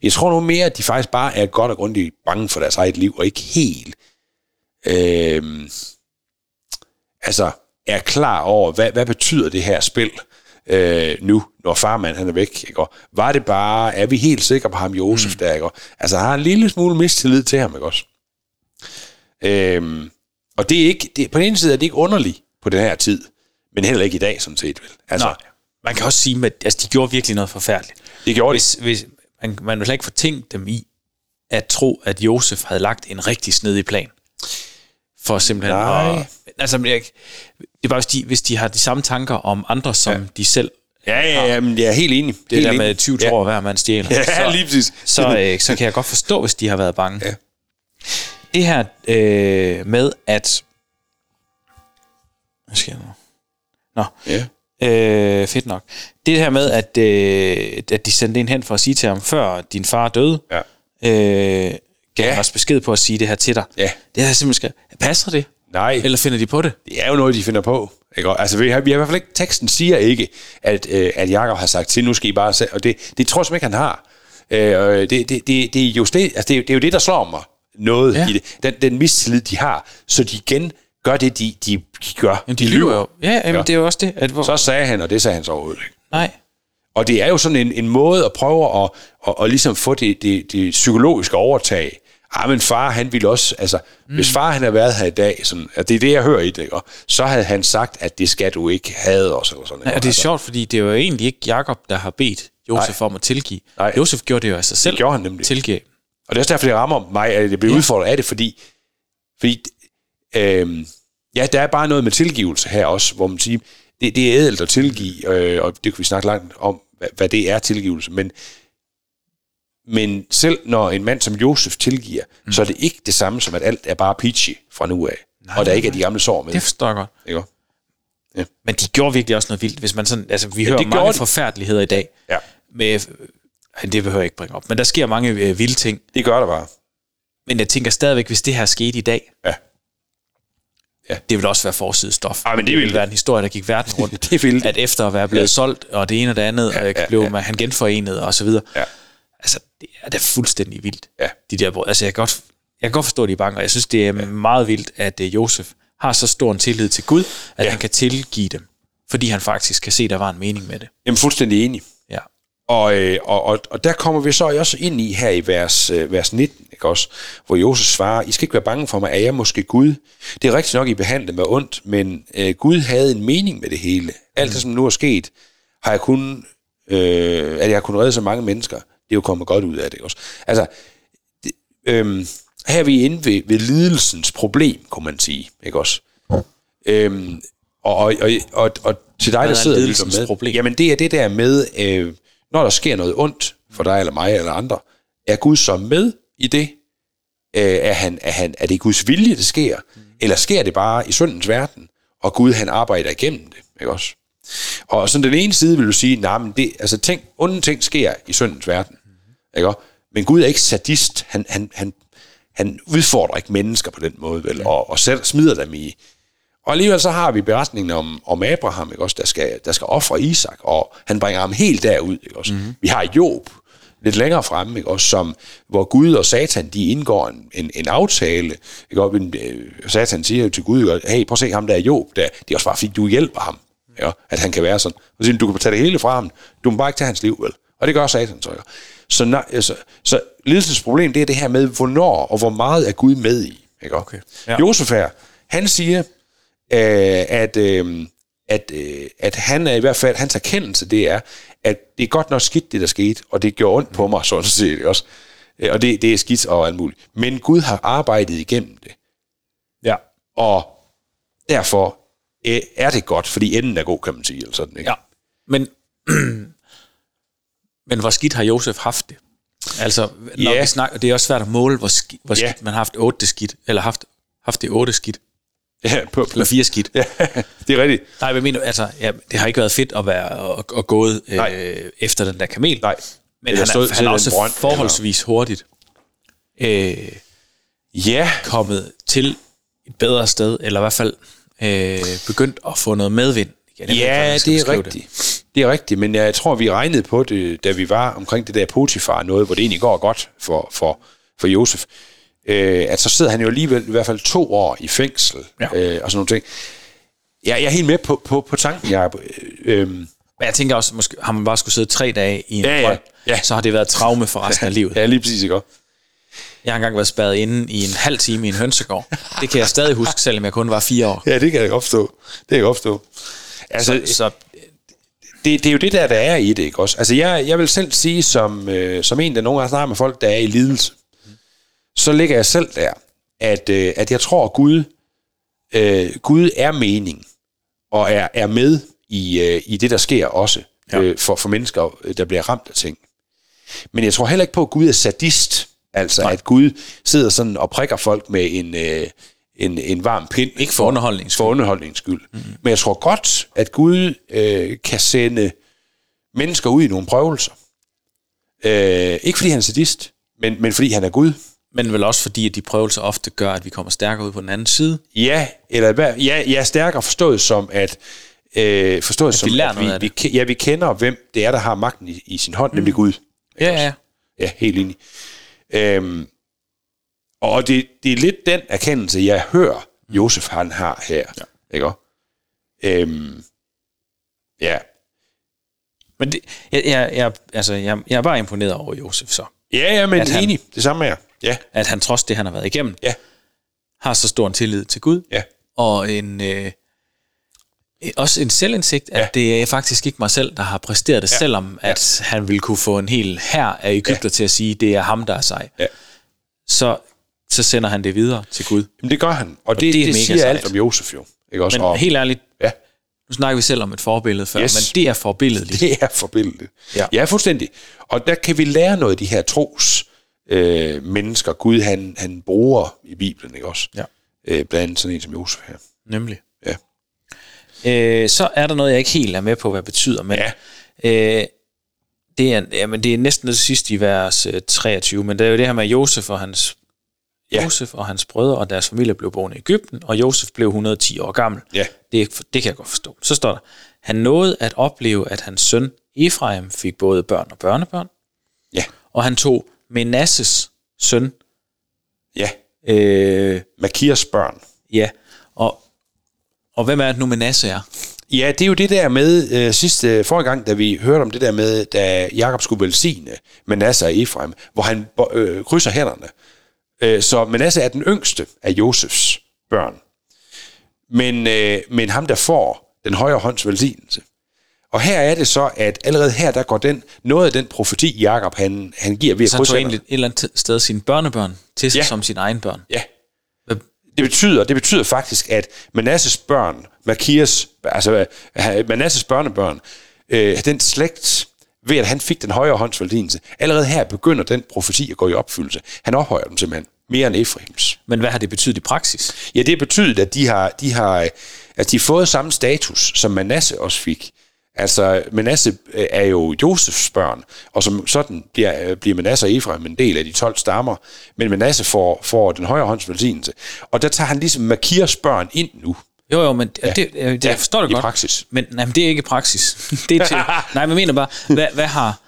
Speaker 2: Jeg tror nu mere, at de faktisk bare er godt og grundigt bange for deres eget liv, og ikke helt øhm, altså er klar over, hvad, hvad betyder det her spil øh, nu, når farmand han er væk. Ikke? Og var det bare, er vi helt sikre på ham, Josef mm. der? Ikke? Og, altså har en lille smule mistillid til ham, ikke også? Øhm, og det er ikke, det, på den ene side er det ikke underligt på den her tid, men heller ikke i dag, sådan set. Vel? Altså,
Speaker 1: Nej. Man kan også sige, at altså, de gjorde virkelig noget forfærdeligt.
Speaker 2: det gjorde det.
Speaker 1: Hvis, hvis, man, man vil slet ikke fortænke dem i at tro, at Josef havde lagt en rigtig snedig plan. For simpelthen
Speaker 2: Nej.
Speaker 1: at... Altså, men jeg, det er bare, hvis de, hvis de har de samme tanker om andre, som ja. de selv.
Speaker 2: Ja, ja, ja, men jeg er helt enig.
Speaker 1: Det
Speaker 2: helt
Speaker 1: der
Speaker 2: enig.
Speaker 1: med 20
Speaker 2: ja.
Speaker 1: ja. år, hver mand stjæler.
Speaker 2: Ja, så, lige præcis.
Speaker 1: så, øh, så kan jeg godt forstå, hvis de har været bange.
Speaker 2: Ja.
Speaker 1: Det her øh, med, at... Hvad sker der nu? Nå,
Speaker 2: Ja.
Speaker 1: Øh, fedt nok. Det her med, at, øh, at de sendte en hen for at sige til ham, før din far døde,
Speaker 2: Ja.
Speaker 1: øh, gav
Speaker 2: Ja.
Speaker 1: ja. også besked på at sige det her til dig.
Speaker 2: Ja.
Speaker 1: Det har jeg simpelthen skrevet. Passer det?
Speaker 2: Nej,
Speaker 1: Eller finder de på det?
Speaker 2: det er jo noget, de finder på. Ikke? Og, Altså, vi har, vi har i hvert fald ikke, teksten siger ikke, at, øh, at Jacob har sagt til, nu skal I bare selv, og det, det tror jeg simpelthen ikke, han har. Øh, og det, det, det, det, er just det, altså, det, er jo- det er jo det, der slår mig noget
Speaker 1: Ja.
Speaker 2: ja. i det. Den, den mistillid, de har, så de igen gør det, de, de, de gør.
Speaker 1: Jamen, de, de lyver jo. Ja, jamen, ja,
Speaker 2: Ja.
Speaker 1: det er jo også det. At, hvor,
Speaker 2: Så sagde han, og det sagde han så overhovedet ikke.
Speaker 1: nej.
Speaker 2: Og det er jo sådan en, en måde at prøve at, at, at ligesom få det, det, det psykologiske overtag. Ah, men far, han ville også, altså, mm. hvis far han havde været her i dag, sådan, og det er det, jeg hører i det, og så havde han sagt, at det skal du ikke have os, eller sådan
Speaker 1: nej.
Speaker 2: noget.
Speaker 1: Og det er sjovt, fordi det er jo egentlig ikke Jakob der har bedt Josef nej. om at tilgive.
Speaker 2: Altså- Nej.
Speaker 1: Josef gjorde det jo af sig selv.
Speaker 2: gjorde han nemlig.
Speaker 1: Tilgive.
Speaker 2: Og det er også derfor, det rammer mig, at jeg bliver ja. udfordret af det, fordi, fordi øh, ja, der er bare noget med tilgivelse her også, hvor man siger, det, det er ædelt at tilgive, øh, og det kan vi snakke langt om, hvad, hvad det er tilgivelse, men, men selv når en mand som Josef tilgiver, mm. så er det ikke det samme som, at alt er bare peachy fra nu af, nej, og der ikke er de gamle sår med.
Speaker 1: Det forstår jeg godt.
Speaker 2: ikke? også?
Speaker 1: Men de gjorde virkelig også noget vildt. Hvis man sådan, altså, vi ja, hører
Speaker 2: det
Speaker 1: mange
Speaker 2: gjorde
Speaker 1: de.
Speaker 2: de.
Speaker 1: forfærdeligheder i dag.
Speaker 2: Ja,
Speaker 1: Med, øh, det behøver jeg ikke bringe op. Men der sker mange øh, vilde ting.
Speaker 2: det gør der bare.
Speaker 1: Men jeg tænker stadigvæk, hvis det her skete i dag,
Speaker 2: Ja. Ja.
Speaker 1: Det ville også være forsidestof.
Speaker 2: Ej, men det ville
Speaker 1: være en historie, der gik verden rundt.
Speaker 2: Det ville det.
Speaker 1: At efter at være blevet
Speaker 2: Ja.
Speaker 1: ja. solgt, og det ene og det andet, ja, og
Speaker 2: ja,
Speaker 1: blev ja. han genforenet og så videre.
Speaker 2: Ja.
Speaker 1: Altså, det er da fuldstændig vildt,
Speaker 2: Ja.
Speaker 1: de der brød. Altså, jeg kan godt, jeg kan godt forstå, at de er bange, og jeg synes, det er ja. meget vildt, at øh, Josef har så stor en tillid til Gud, at
Speaker 2: Ja.
Speaker 1: ja. han kan tilgive dem, fordi han faktisk kan se, at der var en mening med det.
Speaker 2: Jamen fuldstændig enig.
Speaker 1: Ja.
Speaker 2: Og, øh, og, og, og der kommer vi så også ind i her i vers, øh, vers 19, ikke også, hvor Josef svarer, I skal ikke være bange for mig, er jeg måske Gud? Det er rigtigt nok, I behandlet mig ondt, men øh, Gud havde en mening med det hele. Alt det, som nu er sket, har jeg kun, øh, at jeg har kunnet redde så mange mennesker, det er jo kommet godt ud af det. Ikke også? Altså, det, øh, her er vi inde ved, ved lidelsens problem, kunne man sige. Ikke også? Øhm, og, og, og, og, og til dig, der
Speaker 1: er
Speaker 2: sidder og lytter
Speaker 1: ledelsens
Speaker 2: med,
Speaker 1: problem?
Speaker 2: jamen det er det der med, øh, når der sker noget ondt for dig eller mig eller andre, er Gud så med i det? Øh, er, han, er, han, er det Guds vilje, det sker? Eller sker det bare i syndens verden, og Gud han arbejder igennem det? Ikke også? Og sådan den ene side vil du sige, nej, men det, altså ting, onde ting sker i syndens verden. Ikke også? Men Gud er ikke sadist. Han, han, han, han udfordrer ikke mennesker på den måde, vel? Og, og selv smider dem i, og alligevel så har vi beretningen om, om Abraham, ikke også, der skal, der skal ofre Isak, og han bringer ham helt derud. Ikke også. Mm-hmm. Vi har Job lidt længere fremme, ikke også, som, hvor Gud og Satan de indgår en, en, en aftale. Ikke også, men, øh, Satan siger jo til Gud, ikke også, hey, prøv at se ham der Job, der. det er også bare fordi, du hjælper ham, ikke også, at han kan være sådan. Og så siger, han, du kan tage det hele fra ham, du må bare ikke tage hans liv, vel? Og det gør Satan så. Ikke? også? Så, nej, altså, så lidelsens problem, det er det her med, hvornår og hvor meget er Gud med i. Ikke? Okay. Ja. Josef her, han siger, øh, at, øh, at, øh, at han er i hvert fald, hans erkendelse det er, at det er godt nok skidt det der skete, og det gjorde ondt på mig sådan set ikke også. Øh, Og det, det er skidt og alt muligt. Men Gud har arbejdet igennem det.
Speaker 1: Ja.
Speaker 2: Og derfor øh, er det godt, fordi enden er god, kan man sige. Eller sådan, ikke?
Speaker 1: Ja, men, men hvor skidt har Josef haft det? Altså, når
Speaker 2: Ja.
Speaker 1: yeah. vi snakker, det er også svært at måle, hvor, ski, hvor
Speaker 2: Ja.
Speaker 1: skidt man har haft otte det skidt, eller haft, haft det otte skidt,
Speaker 2: ja på, på,
Speaker 1: eller fire skidt.
Speaker 2: ja, det er rigtigt.
Speaker 1: Nej, hvad mener du? altså, ja, det har ikke været fedt at være og, og gået
Speaker 2: Nej.
Speaker 1: øh, efter den der kamel.
Speaker 2: Nej.
Speaker 1: Men
Speaker 2: Eller
Speaker 1: han
Speaker 2: stået
Speaker 1: er,
Speaker 2: til
Speaker 1: han er
Speaker 2: den
Speaker 1: også
Speaker 2: brønd,
Speaker 1: forholdsvis hurtigt øh,
Speaker 2: Ja,
Speaker 1: kommet til et bedre sted, eller i hvert fald øh, begyndt at få noget medvind. Jeg ved ikke, hvordan
Speaker 2: Ja,
Speaker 1: jeg skal
Speaker 2: det er
Speaker 1: beskrive
Speaker 2: rigtigt. Det. det er rigtigt, men jeg tror, vi regnede på det, da vi var omkring det der Potifar noget, hvor det egentlig går godt for, for, for Josef. Øh, at så sidder han jo alligevel i hvert fald to år i fængsel ja.
Speaker 1: Ja.
Speaker 2: øh, og sådan nogle ting. Jeg, jeg er helt med på, på, på tanken, Jacob. Øh, øh,
Speaker 1: Men jeg tænker også, måske har man bare skulle sidde tre dage i en
Speaker 2: Ja, ja.
Speaker 1: brønd,
Speaker 2: Ja.
Speaker 1: så har det været traume for resten af livet.
Speaker 2: ja, lige præcis, ikke? også?
Speaker 1: Jeg har engang været spærret inde i en halv time i en hønsegård. Det kan jeg stadig huske, selvom jeg kun var fire år.
Speaker 2: Ja, det kan jeg godt forstå. Det kan jeg godt forstå. Altså,
Speaker 1: Så, så
Speaker 2: det, det er jo det der, der er i det, ikke også? Altså, jeg, jeg vil selv sige, som, øh, som en, der nogle gange snakker med folk, der er i lidelse, så ligger jeg selv der, at, øh, at jeg tror, at Gud, øh, Gud er mening, og er, er med i, øh, i det, der sker også ja. øh, for, for mennesker, øh, der bliver ramt af ting. Men jeg tror heller ikke på, at Gud er sadist. Altså, Nej. at Gud sidder sådan og prikker folk med en, øh, en, en varm pind.
Speaker 1: Ikke for underholdningens
Speaker 2: For underholdningens skyld. Mm-hmm. Men jeg tror godt, at Gud øh, kan sende mennesker ud i nogle prøvelser. Øh, ikke fordi han er sadist, men, men fordi han er Gud.
Speaker 1: men vel også fordi, at de prøvelser ofte gør, at vi kommer stærkere ud på den anden side.
Speaker 2: Ja, eller hvad, ja, ja, stærkere forstået som, at, øh, forstået som,
Speaker 1: lærer
Speaker 2: at
Speaker 1: noget af
Speaker 2: vi, vi,
Speaker 1: det.
Speaker 2: ke- ja, vi kender, hvem det er, der har magten i, i sin hånd, mm. nemlig Gud.
Speaker 1: Ja, ja.
Speaker 2: Ja, helt enig. Øhm, og det, det er lidt den erkendelse, jeg hører, Josef han har her. Mm. Ja. Ikke også? øhm, ja.
Speaker 1: Men det, jeg, jeg, jeg, altså, jeg, jeg er bare imponeret over Josef så.
Speaker 2: ja, ja, men
Speaker 1: At han-
Speaker 2: enig. Det samme er jeg. Ja,
Speaker 1: At han trods det, han har været igennem,
Speaker 2: Ja.
Speaker 1: har så stor en tillid til Gud,
Speaker 2: ja.
Speaker 1: og en, øh, eh, også en selvindsigt, at
Speaker 2: Ja.
Speaker 1: ja. det er faktisk ikke mig selv, der har præsteret det,
Speaker 2: Ja.
Speaker 1: ja. selvom at han ville kunne få en hel hær af Ægypter ja. til at sige, det er ham, der er sej.
Speaker 2: Ja.
Speaker 1: Så, så sender han det videre til Gud.
Speaker 2: Jamen, det gør han. Og, og det,
Speaker 1: det
Speaker 2: det,
Speaker 1: er
Speaker 2: det
Speaker 1: mega
Speaker 2: siger
Speaker 1: sejt.
Speaker 2: alt om Josef jo. Ikke også?
Speaker 1: Men
Speaker 2: og,
Speaker 1: helt ærligt,
Speaker 2: ja.
Speaker 1: nu snakker vi selv om et forbillede før,
Speaker 2: Yes.
Speaker 1: yes. men det er forbilledeligt.
Speaker 2: Det er forbindeligt. Ja.
Speaker 1: Ja.
Speaker 2: ja, fuldstændig. Og der kan vi lære noget af de her tros øh, mennesker, Gud han, han bruger i Bibelen, ikke også?
Speaker 1: Ja.
Speaker 2: Øh, blandt andet sådan en som Josef her.
Speaker 1: Nemlig.
Speaker 2: Ja.
Speaker 1: Øh, så er der noget, jeg ikke helt er med på, hvad det betyder, men
Speaker 2: Ja.
Speaker 1: øh, det, er, jamen, det er næsten det sidste i vers øh, 23, men det er jo det her med Josef og hans
Speaker 2: Ja.
Speaker 1: Ja. Josef og hans brødre og deres familie blev boende i Ægypten, og Josef blev 110 år gammel.
Speaker 2: Ja.
Speaker 1: Det, det kan jeg godt forstå. Så står der, han nåede at opleve, at hans søn Efraim fik både børn og børnebørn,
Speaker 2: Ja.
Speaker 1: og han tog Menasses søn,
Speaker 2: Ja.
Speaker 1: øh,
Speaker 2: Makias børn.
Speaker 1: ja, og, og hvem er det nu Menasse er?
Speaker 2: Ja, det er jo det der med øh, sidste øh, forrige gang, da vi hørte om det der med, da Jakob skulle velsigne Manasse og Efraim, hvor han bo- øh, krydser hænderne. Øh, så Manasse er den yngste af Josefs børn. Men, øh, men ham, der får den højre hånds velsignelse. Og her er det så, at allerede her, der går den, noget af den profeti, Jakob han, han giver ved at
Speaker 1: Så han
Speaker 2: krydse
Speaker 1: tog
Speaker 2: hænderne.
Speaker 1: egentlig et eller andet sted sine børnebørn til sig
Speaker 2: Ja.
Speaker 1: ja. som sine egne børn.
Speaker 2: Ja. Det betyder, det betyder faktisk, at Manasses børn, Makias, altså øh, Manasses børnebørn, øh, den slægt, ved at han fik den højre hånds velsignelse, allerede her begynder den profeti at gå i opfyldelse. Han ophøjer dem simpelthen mere end Efraims.
Speaker 1: Men hvad har det betydet i praksis?
Speaker 2: Ja, det betyder, at de har, de har, øh, at de har fået samme status, som Manasse også fik. Altså, Manasse øh, er jo Josefs børn, og som sådan bliver, øh, bliver Manasse og Efraim en del af de 12 stammer, men Manasse får, får den højre hånds velsignelse. Og der tager han ligesom Makias børn ind nu.
Speaker 1: Jo, jo, men ja. det, øh, det,
Speaker 2: Ja,
Speaker 1: jeg forstår det
Speaker 2: i
Speaker 1: godt.
Speaker 2: praksis.
Speaker 1: Men nej, men det er ikke i praksis. det er til, nej, men jeg mener bare, hvad, hvad har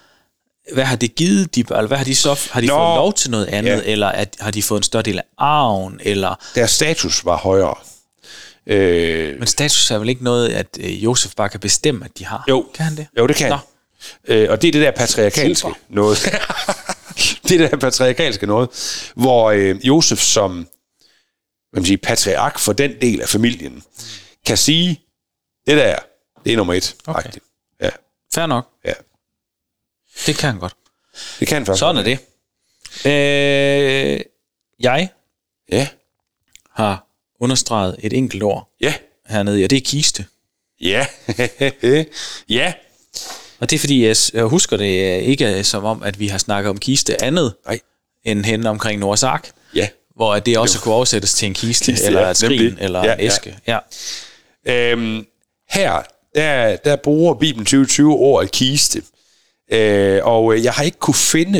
Speaker 1: hvad har det givet de eller hvad har de så har de
Speaker 2: Nå.
Speaker 1: Nå. fået lov til noget andet
Speaker 2: Ja.
Speaker 1: ja. eller at, har de fået en større del af arven eller
Speaker 2: Deres status var højere. Øh,
Speaker 1: men status er vel ikke noget at øh, Josef bare kan bestemme at de har.
Speaker 2: jo,
Speaker 1: kan han det?
Speaker 2: Jo, det kan.
Speaker 1: Nå.
Speaker 2: Øh, og det er det der patriarkalske Super. noget. det er det der patriarkalske noget, hvor øh, Josef som hvad kan man sige, patriark for den del af familien, kan sige, det der, det er nummer et.
Speaker 1: Okay.
Speaker 2: Agtigt. Ja,
Speaker 1: Fair nok.
Speaker 2: ja.
Speaker 1: Det kan han godt.
Speaker 2: Det kan han faktisk.
Speaker 1: Sådan er det. Øh, jeg
Speaker 2: Ja,
Speaker 1: har understreget et enkelt ord
Speaker 2: ja,
Speaker 1: hernede, og det er kiste.
Speaker 2: ja. ja.
Speaker 1: Og det er fordi, jeg s- jeg husker det øh, ikke øh, som om, at vi har snakket om kiste andet,
Speaker 2: Nej,
Speaker 1: end hen omkring Nords Ark,
Speaker 2: ja.
Speaker 1: hvor at det også kunne oversættes til en kiste,
Speaker 2: Kiste,
Speaker 1: kiste eller
Speaker 2: ja,
Speaker 1: et skrin,
Speaker 2: nemlig.
Speaker 1: eller
Speaker 2: Ja,
Speaker 1: ja, en
Speaker 2: ja.
Speaker 1: æske. Ja. ja.
Speaker 2: Øhm, her, der, der bruger Bibelen 2020 ordet kiste. Øh, og øh, jeg har ikke kunne finde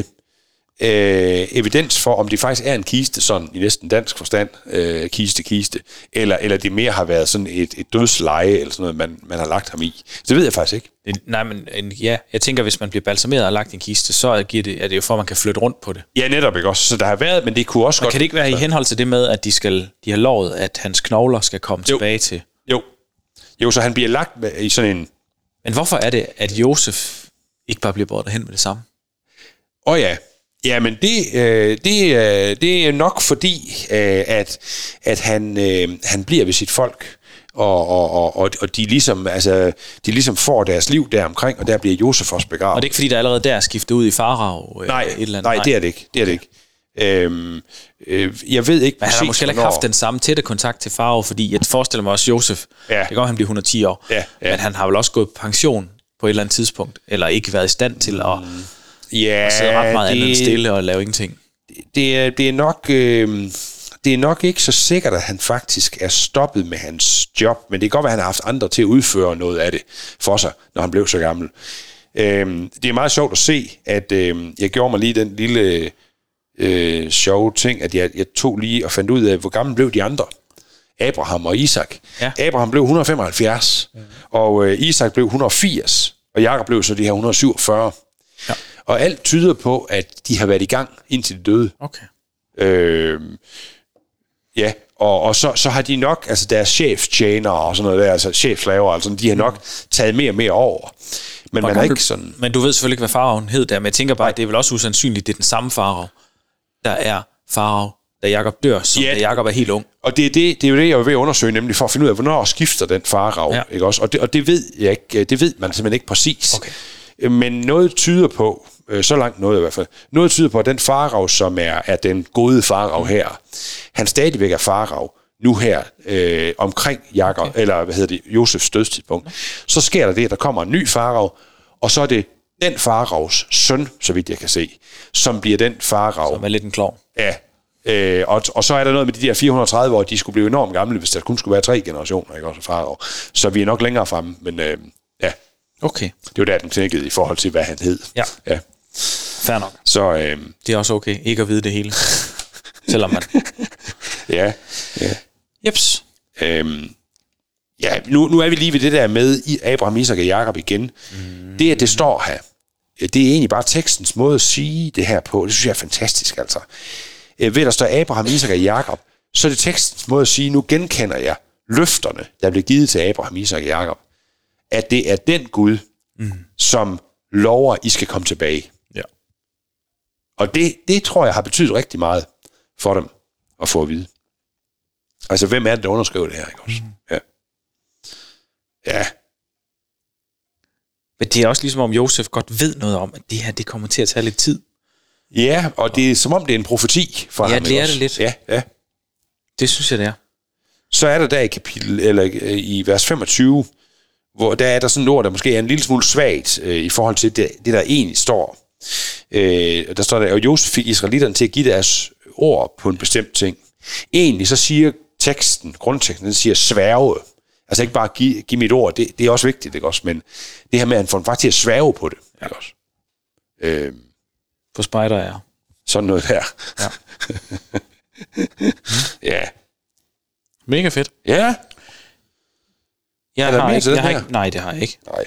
Speaker 2: øh, evidens for, om det faktisk er en kiste, sådan i næsten dansk forstand, øh, kiste, kiste, eller, eller det mere har været sådan et, et dødsleje, eller sådan noget, man, man har lagt ham i. Så det ved jeg faktisk ikke.
Speaker 1: Det- Nej, men en, ja, jeg tænker, hvis man bliver balsameret og lagt i en kiste, så er- giver det, er det jo for, at man kan flytte rundt på det.
Speaker 2: Ja, netop ikke også. Så der har været, men det kunne også
Speaker 1: Og
Speaker 2: godt...
Speaker 1: kan det ikke være i henhold til det med, at de, skal, de har lovet, at hans knogler skal komme jo. tilbage til?
Speaker 2: Jo. Jo, så han bliver lagt med, i sådan en...
Speaker 1: Men hvorfor er det, at Josef ikke bare bliver båret hen med det samme?
Speaker 2: Åh oh ja. Jamen, det, øh, det, øh, det er nok fordi, øh, at, at han, øh, han bliver ved sit folk, og, og, og, og- og de, ligesom, altså, de ligesom får deres liv der omkring, og der bliver Josef også begravet.
Speaker 1: Og det er ikke, fordi der allerede der er skiftet ud i farag?
Speaker 2: nej,
Speaker 1: et eller andet.
Speaker 2: nej, det er det ikke. Det er det ikke. Øhm, øh, jeg ved ikke
Speaker 1: Men han har
Speaker 2: præcis,
Speaker 1: måske heller ikke
Speaker 2: hvornår-
Speaker 1: haft den samme tætte kontakt til Faro, fordi jeg forestiller mig også Josef,
Speaker 2: Ja.
Speaker 1: ja. det kan godt, han bliver 110 år,
Speaker 2: Ja, ja.
Speaker 1: men han har vel også gået på pension på et eller andet tidspunkt, eller ikke været i stand til at
Speaker 2: Mm. ja,
Speaker 1: sidde ret meget andet end
Speaker 2: det-
Speaker 1: stille og lave ingenting.
Speaker 2: det er, det er nok... Øh, det er nok ikke så sikkert, at han faktisk er stoppet med hans job, men det kan godt være, at han har haft andre til at udføre noget af det for sig, når han blev så gammel. Øhm, det er meget sjovt at se, at øhm, jeg gjorde mig lige den lille øh, sjove ting, at jeg, jeg tog lige og fandt ud af, hvor gammel blev de andre? Abraham og Isak.
Speaker 1: Ja.
Speaker 2: Abraham blev 175, mm. og øh, Isak blev 180, og Jakob blev så de her 147. Ja. Og alt tyder på, at de har været i gang indtil de døde.
Speaker 1: Okay.
Speaker 2: Øh, ja, og, og så, så har de nok, altså deres cheftjenere og sådan noget der, altså chefslaver, altså, de har nok taget mere og mere over. Men man er ikke sådan...
Speaker 1: Men du ved selvfølgelig ikke, hvad Faraoen hed der, men jeg tænker bare, at det er vel også usandsynligt, det er den samme Farao, der er Farao, da Jakob dør, som
Speaker 2: Ja.
Speaker 1: da Jakob er helt ung.
Speaker 2: Og det er, det, det er jo det, jeg er ved at undersøge, nemlig for at finde ud af, hvornår skifter den farag, ja.
Speaker 1: Ja.
Speaker 2: ikke også? Og det, og det ved jeg ikke, øh, det ved man simpelthen ikke præcis. Okay. Men noget tyder på, øh, så langt noget i hvert fald, noget tyder på, at den farag, som er, er den gode farag her, han stadigvæk er farag nu her, øh, omkring Jakob, okay. eller hvad hedder det, Josefs dødstidspunkt. Så sker der det, at der kommer en ny farag, og så er det den faraos søn, så vidt jeg kan se, som bliver den farag,
Speaker 1: Som er lidt en klov.
Speaker 2: Ja. Øh, og, og så er der noget med de der 430 år, de skulle blive enormt gamle, hvis der kun skulle være tre generationer, ikke også far år. Så vi er nok længere fremme, men øh, ja,
Speaker 1: Okay,
Speaker 2: det var der, den knækkede i forhold til, hvad han hed.
Speaker 1: Ja.
Speaker 2: ja.
Speaker 1: fair nok.
Speaker 2: Så øh,
Speaker 1: Det er også okay, ikke at vide det hele. Selvom man...
Speaker 2: Ja. ja.
Speaker 1: Jeps.
Speaker 2: Øhm, ja, nu, nu er vi lige ved det der med i Abraham, Isak og Jakob igen. Mm. Det, at det står her, ja, det er egentlig bare tekstens måde at sige det her på. Det synes jeg er fantastisk, altså. Øh, ved at der står Abraham, Isak og Jakob, så er det tekstens måde at sige, nu genkender jeg løfterne, der blev givet til Abraham, Isak og Jakob. At det er den Gud, mm. som lover, I skal komme tilbage.
Speaker 1: Ja.
Speaker 2: Og det, det tror jeg har betydet rigtig meget for dem at få at vide. Altså, hvem er det, der underskriver det her? Ikke også? Ja. Ja,
Speaker 1: Men det er også ligesom om Josef godt ved noget om, at det her det kommer til at tage lidt tid.
Speaker 2: Ja, og det er som om, det er en profeti for
Speaker 1: Ja,
Speaker 2: ham.
Speaker 1: det
Speaker 2: ikke
Speaker 1: er
Speaker 2: også?
Speaker 1: det lidt.
Speaker 2: Ja, ja.
Speaker 1: Det synes jeg, det er.
Speaker 2: Så er der der i kapitel, eller øh, i vers 25, hvor der er der sådan et ord, der måske er en lille smule svagt øh, i forhold til det, det der egentlig står. Øh, og der står der, og Josef fik israelitterne til at give deres ord på en bestemt ting. Egentlig så siger teksten, grundteksten, den siger sværge. Altså ikke bare give, give mit ord, det, det er også vigtigt, ikke også? Men det her med, at han får dem faktisk til at sværge på det, ikke også? Øh,
Speaker 1: For spejder er.
Speaker 2: sådan noget der. Ja. ja.
Speaker 1: Mega fedt.
Speaker 2: Ja.
Speaker 1: Jeg
Speaker 2: Er der
Speaker 1: har
Speaker 2: mere
Speaker 1: ikke,
Speaker 2: til
Speaker 1: jeg
Speaker 2: den
Speaker 1: har
Speaker 2: her?
Speaker 1: ikke, nej, det har jeg ikke.
Speaker 2: Nej.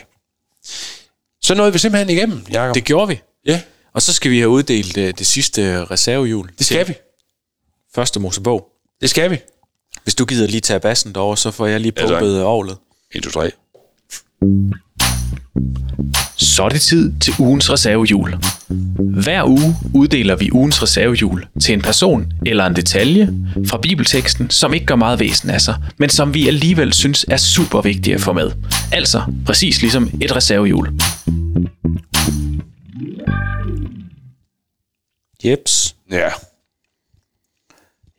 Speaker 2: Så nåede vi simpelthen igennem, Jacob.
Speaker 1: Det gjorde vi.
Speaker 2: ja,
Speaker 1: Og så skal vi have uddelt øh, det sidste reservehjul.
Speaker 2: det skal vi.
Speaker 1: Første Mosebog.
Speaker 2: Det skal vi.
Speaker 1: Hvis du gider lige tage bassen derovre, så får jeg lige
Speaker 2: tak.
Speaker 1: pumpet ja, ovlet.
Speaker 2: 1, 2, 3.
Speaker 3: Så er det tid til ugens reservehjul. Hver uge uddeler vi ugens reservehjul til en person eller en detalje fra bibelteksten, som ikke gør meget væsen af sig, men som vi alligevel synes er super vigtige at få med. Altså præcis ligesom et reservehjul.
Speaker 1: Jeps.
Speaker 2: Ja.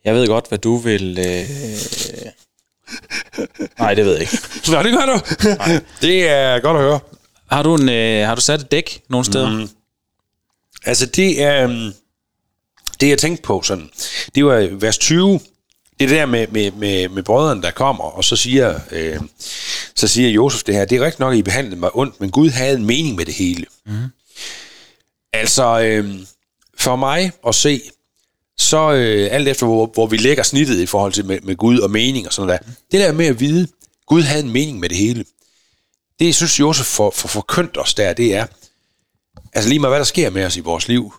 Speaker 1: Jeg ved godt, hvad du vil... Øh... Nej, det ved jeg ikke.
Speaker 2: Nå, det gør du. det er godt at høre.
Speaker 1: Har du, en, øh, har du sat et dæk nogen steder? Mm.
Speaker 2: Altså, det er... øhm, Det, jeg tænkte på sådan, det var vers 20. Det er det der med, med, med, med brødrene, der kommer, og så siger, øh, så siger Josef det her, det er rigtigt nok, at I behandlede mig ondt, men Gud havde en mening med det hele. Mm. Altså, øh, for mig at se, så øh, alt efter, hvor, hvor vi lægger snittet i forhold til med, med Gud og mening og sådan noget der. Det der med at vide, Gud havde en mening med det hele, det jeg synes Josef for, for forkyndt os der, det er, altså lige med hvad der sker med os i vores liv,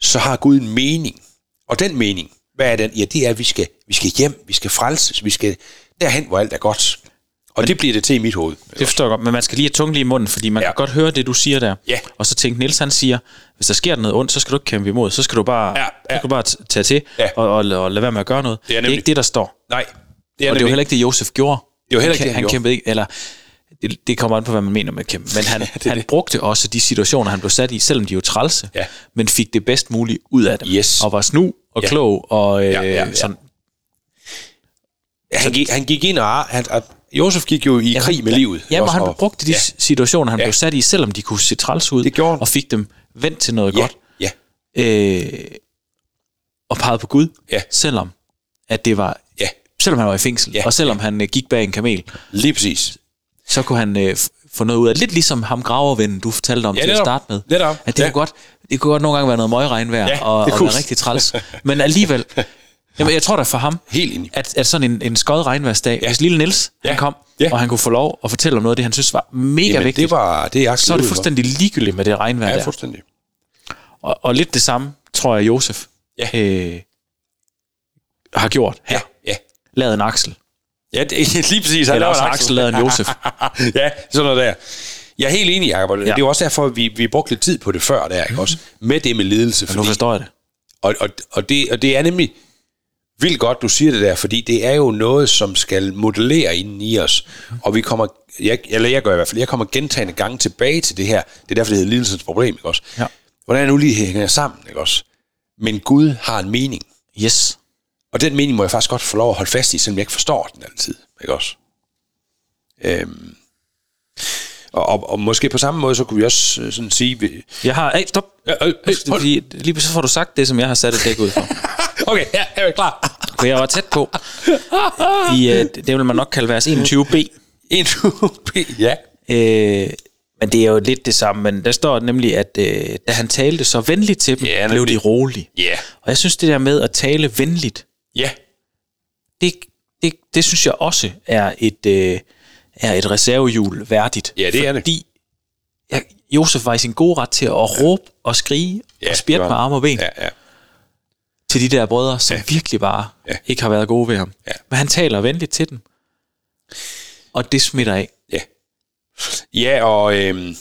Speaker 2: så har Gud en mening. Og den mening, hvad er den? Ja, det er, at vi skal, vi skal hjem, vi skal frelses, vi skal derhen, hvor alt er godt. Og det bliver det til i mit hoved.
Speaker 1: Det forstår jeg godt, men man skal lige have tungen lige i munden, fordi man ja.
Speaker 2: Ja.
Speaker 1: kan godt høre det, du siger der.
Speaker 2: Ja.
Speaker 1: Og så tænke, Niels han siger, hvis der sker noget ondt, så skal du ikke kæmpe imod, så skal du bare,
Speaker 2: Ja,
Speaker 1: så
Speaker 2: ja.
Speaker 1: skal du bare t- tage til
Speaker 2: Ja.
Speaker 1: og, og, og, lade være med at gøre noget.
Speaker 2: er
Speaker 1: det er
Speaker 2: nemlig-
Speaker 1: ikke det, der står.
Speaker 2: Nej,
Speaker 1: Det og det er jo heller ikke det, Josef gjorde.
Speaker 2: Det var heller ikke
Speaker 1: han,
Speaker 2: det,
Speaker 1: kæ-
Speaker 2: han
Speaker 1: han
Speaker 2: gjorde.
Speaker 1: kæmpede ikke, eller det, det kommer an på, hvad man mener med at kæmpe. Men han, ja, han brugte også de situationer, han blev sat i, selvom de jo trælse,
Speaker 2: Ja.
Speaker 1: men fik det bedst muligt ud af dem.
Speaker 2: Yes.
Speaker 1: Og var snu og
Speaker 2: Ja.
Speaker 1: klog og øh,
Speaker 2: Ja,
Speaker 1: ja,
Speaker 2: ja,
Speaker 1: ja,
Speaker 2: ja.
Speaker 1: ja. sådan.
Speaker 2: han, gik, han gik ind og... Han, og Josef gik jo i krig med livet.
Speaker 1: Ja, hvor
Speaker 2: Også,
Speaker 1: han
Speaker 2: og-
Speaker 1: brugte de
Speaker 2: ja.
Speaker 1: ja. situationer, han
Speaker 2: Ja.
Speaker 1: ja. blev sat i, selvom de kunne se træls ud,
Speaker 2: Det gjorde han.
Speaker 1: og fik dem vendt til noget
Speaker 2: ja,
Speaker 1: godt.
Speaker 2: Ja,
Speaker 1: øh, og pegede på Gud,
Speaker 2: Ja.
Speaker 1: selvom at det var,
Speaker 2: ja,
Speaker 1: selvom han var i fængsel,
Speaker 2: Ja.
Speaker 1: og selvom han øh, gik bag en kamel,
Speaker 2: lige præcis.
Speaker 1: så kunne han øh, f- få noget ud af det. Lidt ligesom ham gravervennen, du fortalte om
Speaker 2: Ja,
Speaker 1: til at
Speaker 2: netop.
Speaker 1: starte med.
Speaker 2: Netop.
Speaker 1: At det,
Speaker 2: Ja.
Speaker 1: kunne godt, det kunne godt nogle gange være noget møgregnvejr,
Speaker 2: Ja,
Speaker 1: ja, og,
Speaker 2: det
Speaker 1: og
Speaker 2: kunne.
Speaker 1: være rigtig træls. Men alligevel, jamen, jeg tror da for ham,
Speaker 2: Helt enig.
Speaker 1: at, at sådan en, en skød regnværsdag, ja. hvis lille Niels ja.
Speaker 2: Ja.
Speaker 1: han kom,
Speaker 2: Ja.
Speaker 1: ja. og han kunne få lov at fortælle om noget af det, han synes var mega
Speaker 2: Jamen,
Speaker 1: vigtigt,
Speaker 2: det var... Det er Axel
Speaker 1: så er det
Speaker 2: Lund,
Speaker 1: fuldstændig ligegyldigt med det regnvejr
Speaker 2: Ja,
Speaker 1: der.
Speaker 2: fuldstændig.
Speaker 1: Og, og lidt det samme, tror jeg, Josef
Speaker 2: Ja.
Speaker 1: øh, har gjort.
Speaker 2: Ja, ja.
Speaker 1: Lavet en aksel.
Speaker 2: Ja, det, lige præcis. Han
Speaker 1: Eller
Speaker 2: laver
Speaker 1: også
Speaker 2: en
Speaker 1: har Axel lavet en Josef.
Speaker 2: ja, sådan noget der. Jeg er helt enig, Jacob. og Det
Speaker 1: Ja.
Speaker 2: er jo også derfor, at vi, vi brugte lidt tid på det før, der, ikke også? Med det med ledelse.
Speaker 1: Nu forstår jeg det.
Speaker 2: og, og, og, det, og det er nemlig vildt godt, du siger det der, fordi det er jo noget, som skal modellere inden i os. Og vi kommer, jeg, eller jeg gør i hvert fald, jeg kommer gentagende gange tilbage til det her. Det er derfor, det hedder lidelsens problem, ikke også?
Speaker 1: Ja.
Speaker 2: Hvordan nu lige hænger jeg sammen, ikke også? Men Gud har en mening.
Speaker 1: Yes.
Speaker 2: Og den mening må jeg faktisk godt få lov at holde fast i, selvom jeg ikke forstår den altid. Ikke også? Øhm. Og, og, og måske på samme måde, så kunne vi også øh, sådan sige... Vi,
Speaker 1: Jeg har... Hey, stop.
Speaker 2: øh, øh, øh,
Speaker 1: Det er Fordi, lige pludselig får du sagt det, som jeg har sat et dæk ud for.
Speaker 2: okay, ja, jeg er klar.
Speaker 1: For jeg var tæt på. I, øh, det vil man nok kalde vers 21b.
Speaker 2: En UP, ja.
Speaker 1: Øh, Men det er jo lidt det samme, men der står nemlig, at øh, da han talte så venligt til dem,
Speaker 2: Ja,
Speaker 1: yeah, blev de
Speaker 2: nemlig.
Speaker 1: rolige.
Speaker 2: Ja.
Speaker 1: Og jeg synes, det der med at tale venligt,
Speaker 2: Ja.
Speaker 1: det, det, det synes jeg også er et, øh, er et reservehjul værdigt.
Speaker 2: Ja, det er det.
Speaker 1: fordi ja, Josef var i sin gode ret til at råbe og skrige
Speaker 2: Ja,
Speaker 1: og spjætte
Speaker 2: det
Speaker 1: med
Speaker 2: var han.
Speaker 1: arme og ben
Speaker 2: Ja, ja.
Speaker 1: til de der brødre, som virkelig bare
Speaker 2: Ja.
Speaker 1: ikke har været gode ved ham.
Speaker 2: Ja.
Speaker 1: Men han taler venligt til dem. Og det smitter af.
Speaker 2: Ja. Ja, og... Øhm,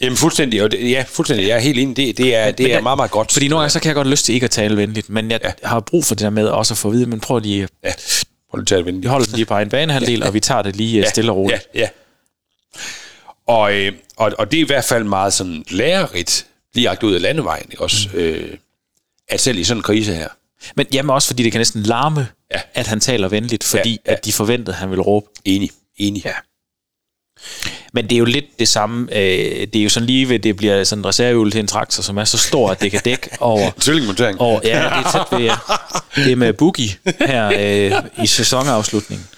Speaker 2: jamen, fuldstændig. Og det, ja, fuldstændig. Jeg er helt enig. Det, det er, det
Speaker 1: men
Speaker 2: er
Speaker 1: der-
Speaker 2: meget, meget godt.
Speaker 1: Fordi nogle gange, så kan jeg godt lyst til ikke at tale venligt, men jeg ja. har brug for det der med også at få at vide, men prøv lige,
Speaker 2: Ja. Prøv lige at tage det
Speaker 1: vi holder den lige bare en banehalvdel, ja. og vi tager det lige ja. stille og roligt.
Speaker 2: Ja, ja. Og, øh, og, og det er i hvert fald meget sådan lærerigt, direkte ud af landevejen, ikke også? Mm. Øh, at selv i sådan en krise her.
Speaker 1: Men jamen også fordi det kan næsten larme,
Speaker 2: Ja.
Speaker 1: ja. at han taler venligt, fordi ja.
Speaker 2: Ja,
Speaker 1: Ja.
Speaker 2: ja.
Speaker 1: at de forventede, at han ville råbe.
Speaker 2: Enig, enig. Ja.
Speaker 1: Men det er jo lidt det samme. Øh, det er jo sådan lige ved, det bliver sådan en reservehjul til en traktor, som er så stor, at det kan dække over...
Speaker 2: Tvillingmontering.
Speaker 1: over ja, det er tæt ved, ja. det er med Boogie her øh, i sæsonafslutningen.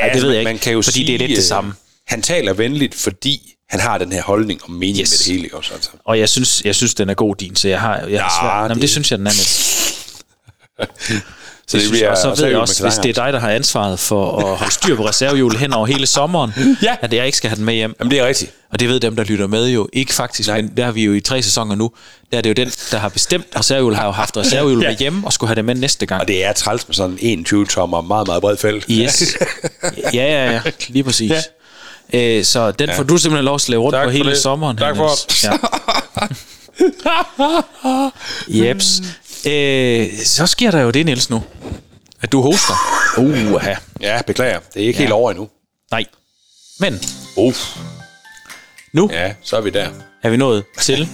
Speaker 1: Ej, det ved jeg ikke,
Speaker 2: altså, Man kan jo
Speaker 1: fordi
Speaker 2: sige,
Speaker 1: det er lidt
Speaker 2: øh,
Speaker 1: det samme.
Speaker 2: Han taler venligt, fordi han har den her holdning og mening yes.
Speaker 1: Yes.
Speaker 2: med det hele. Ikke også, altså.
Speaker 1: Og jeg synes, jeg synes den er god, din, så jeg har, jeg har
Speaker 2: Ja,
Speaker 1: svært. Jamen, det,
Speaker 2: det-
Speaker 1: det synes jeg, den er med.
Speaker 2: Så
Speaker 1: Det synes, jeg, og så ved jeg også, hvis det er
Speaker 2: altså.
Speaker 1: dig, der har ansvaret for at holde styr på reservehjulet hen over hele sommeren,
Speaker 2: Ja.
Speaker 1: at jeg ikke skal have den med hjem.
Speaker 2: Jamen, det er rigtigt.
Speaker 1: Og det ved dem, der lytter med jo ikke faktisk, Nej. men der har vi jo i tre sæsoner nu, der er det jo den, der har bestemt reservehjul, har jo haft reservehjul ja. med hjemme og skulle have det med næste gang.
Speaker 2: Og det er træls med sådan en 21-tommer, meget, meget bred felt.
Speaker 1: Yes. Ja, ja, ja. Lige præcis. Ja. Æ, så den ja. får du simpelthen lov at slæve rundt
Speaker 2: Tak
Speaker 1: på
Speaker 2: for
Speaker 1: hele
Speaker 2: det.
Speaker 1: sommeren.
Speaker 2: Tak for
Speaker 1: Henrik. Ja. Jeps. Æ, så sker der jo det, Niels, nu. At du hoster. Uha.
Speaker 2: Ja, beklager. Det er ikke ja. helt over endnu.
Speaker 1: Nej. Men
Speaker 2: Uff.
Speaker 1: nu ja.
Speaker 2: Ja, så er vi der.
Speaker 1: er vi nået til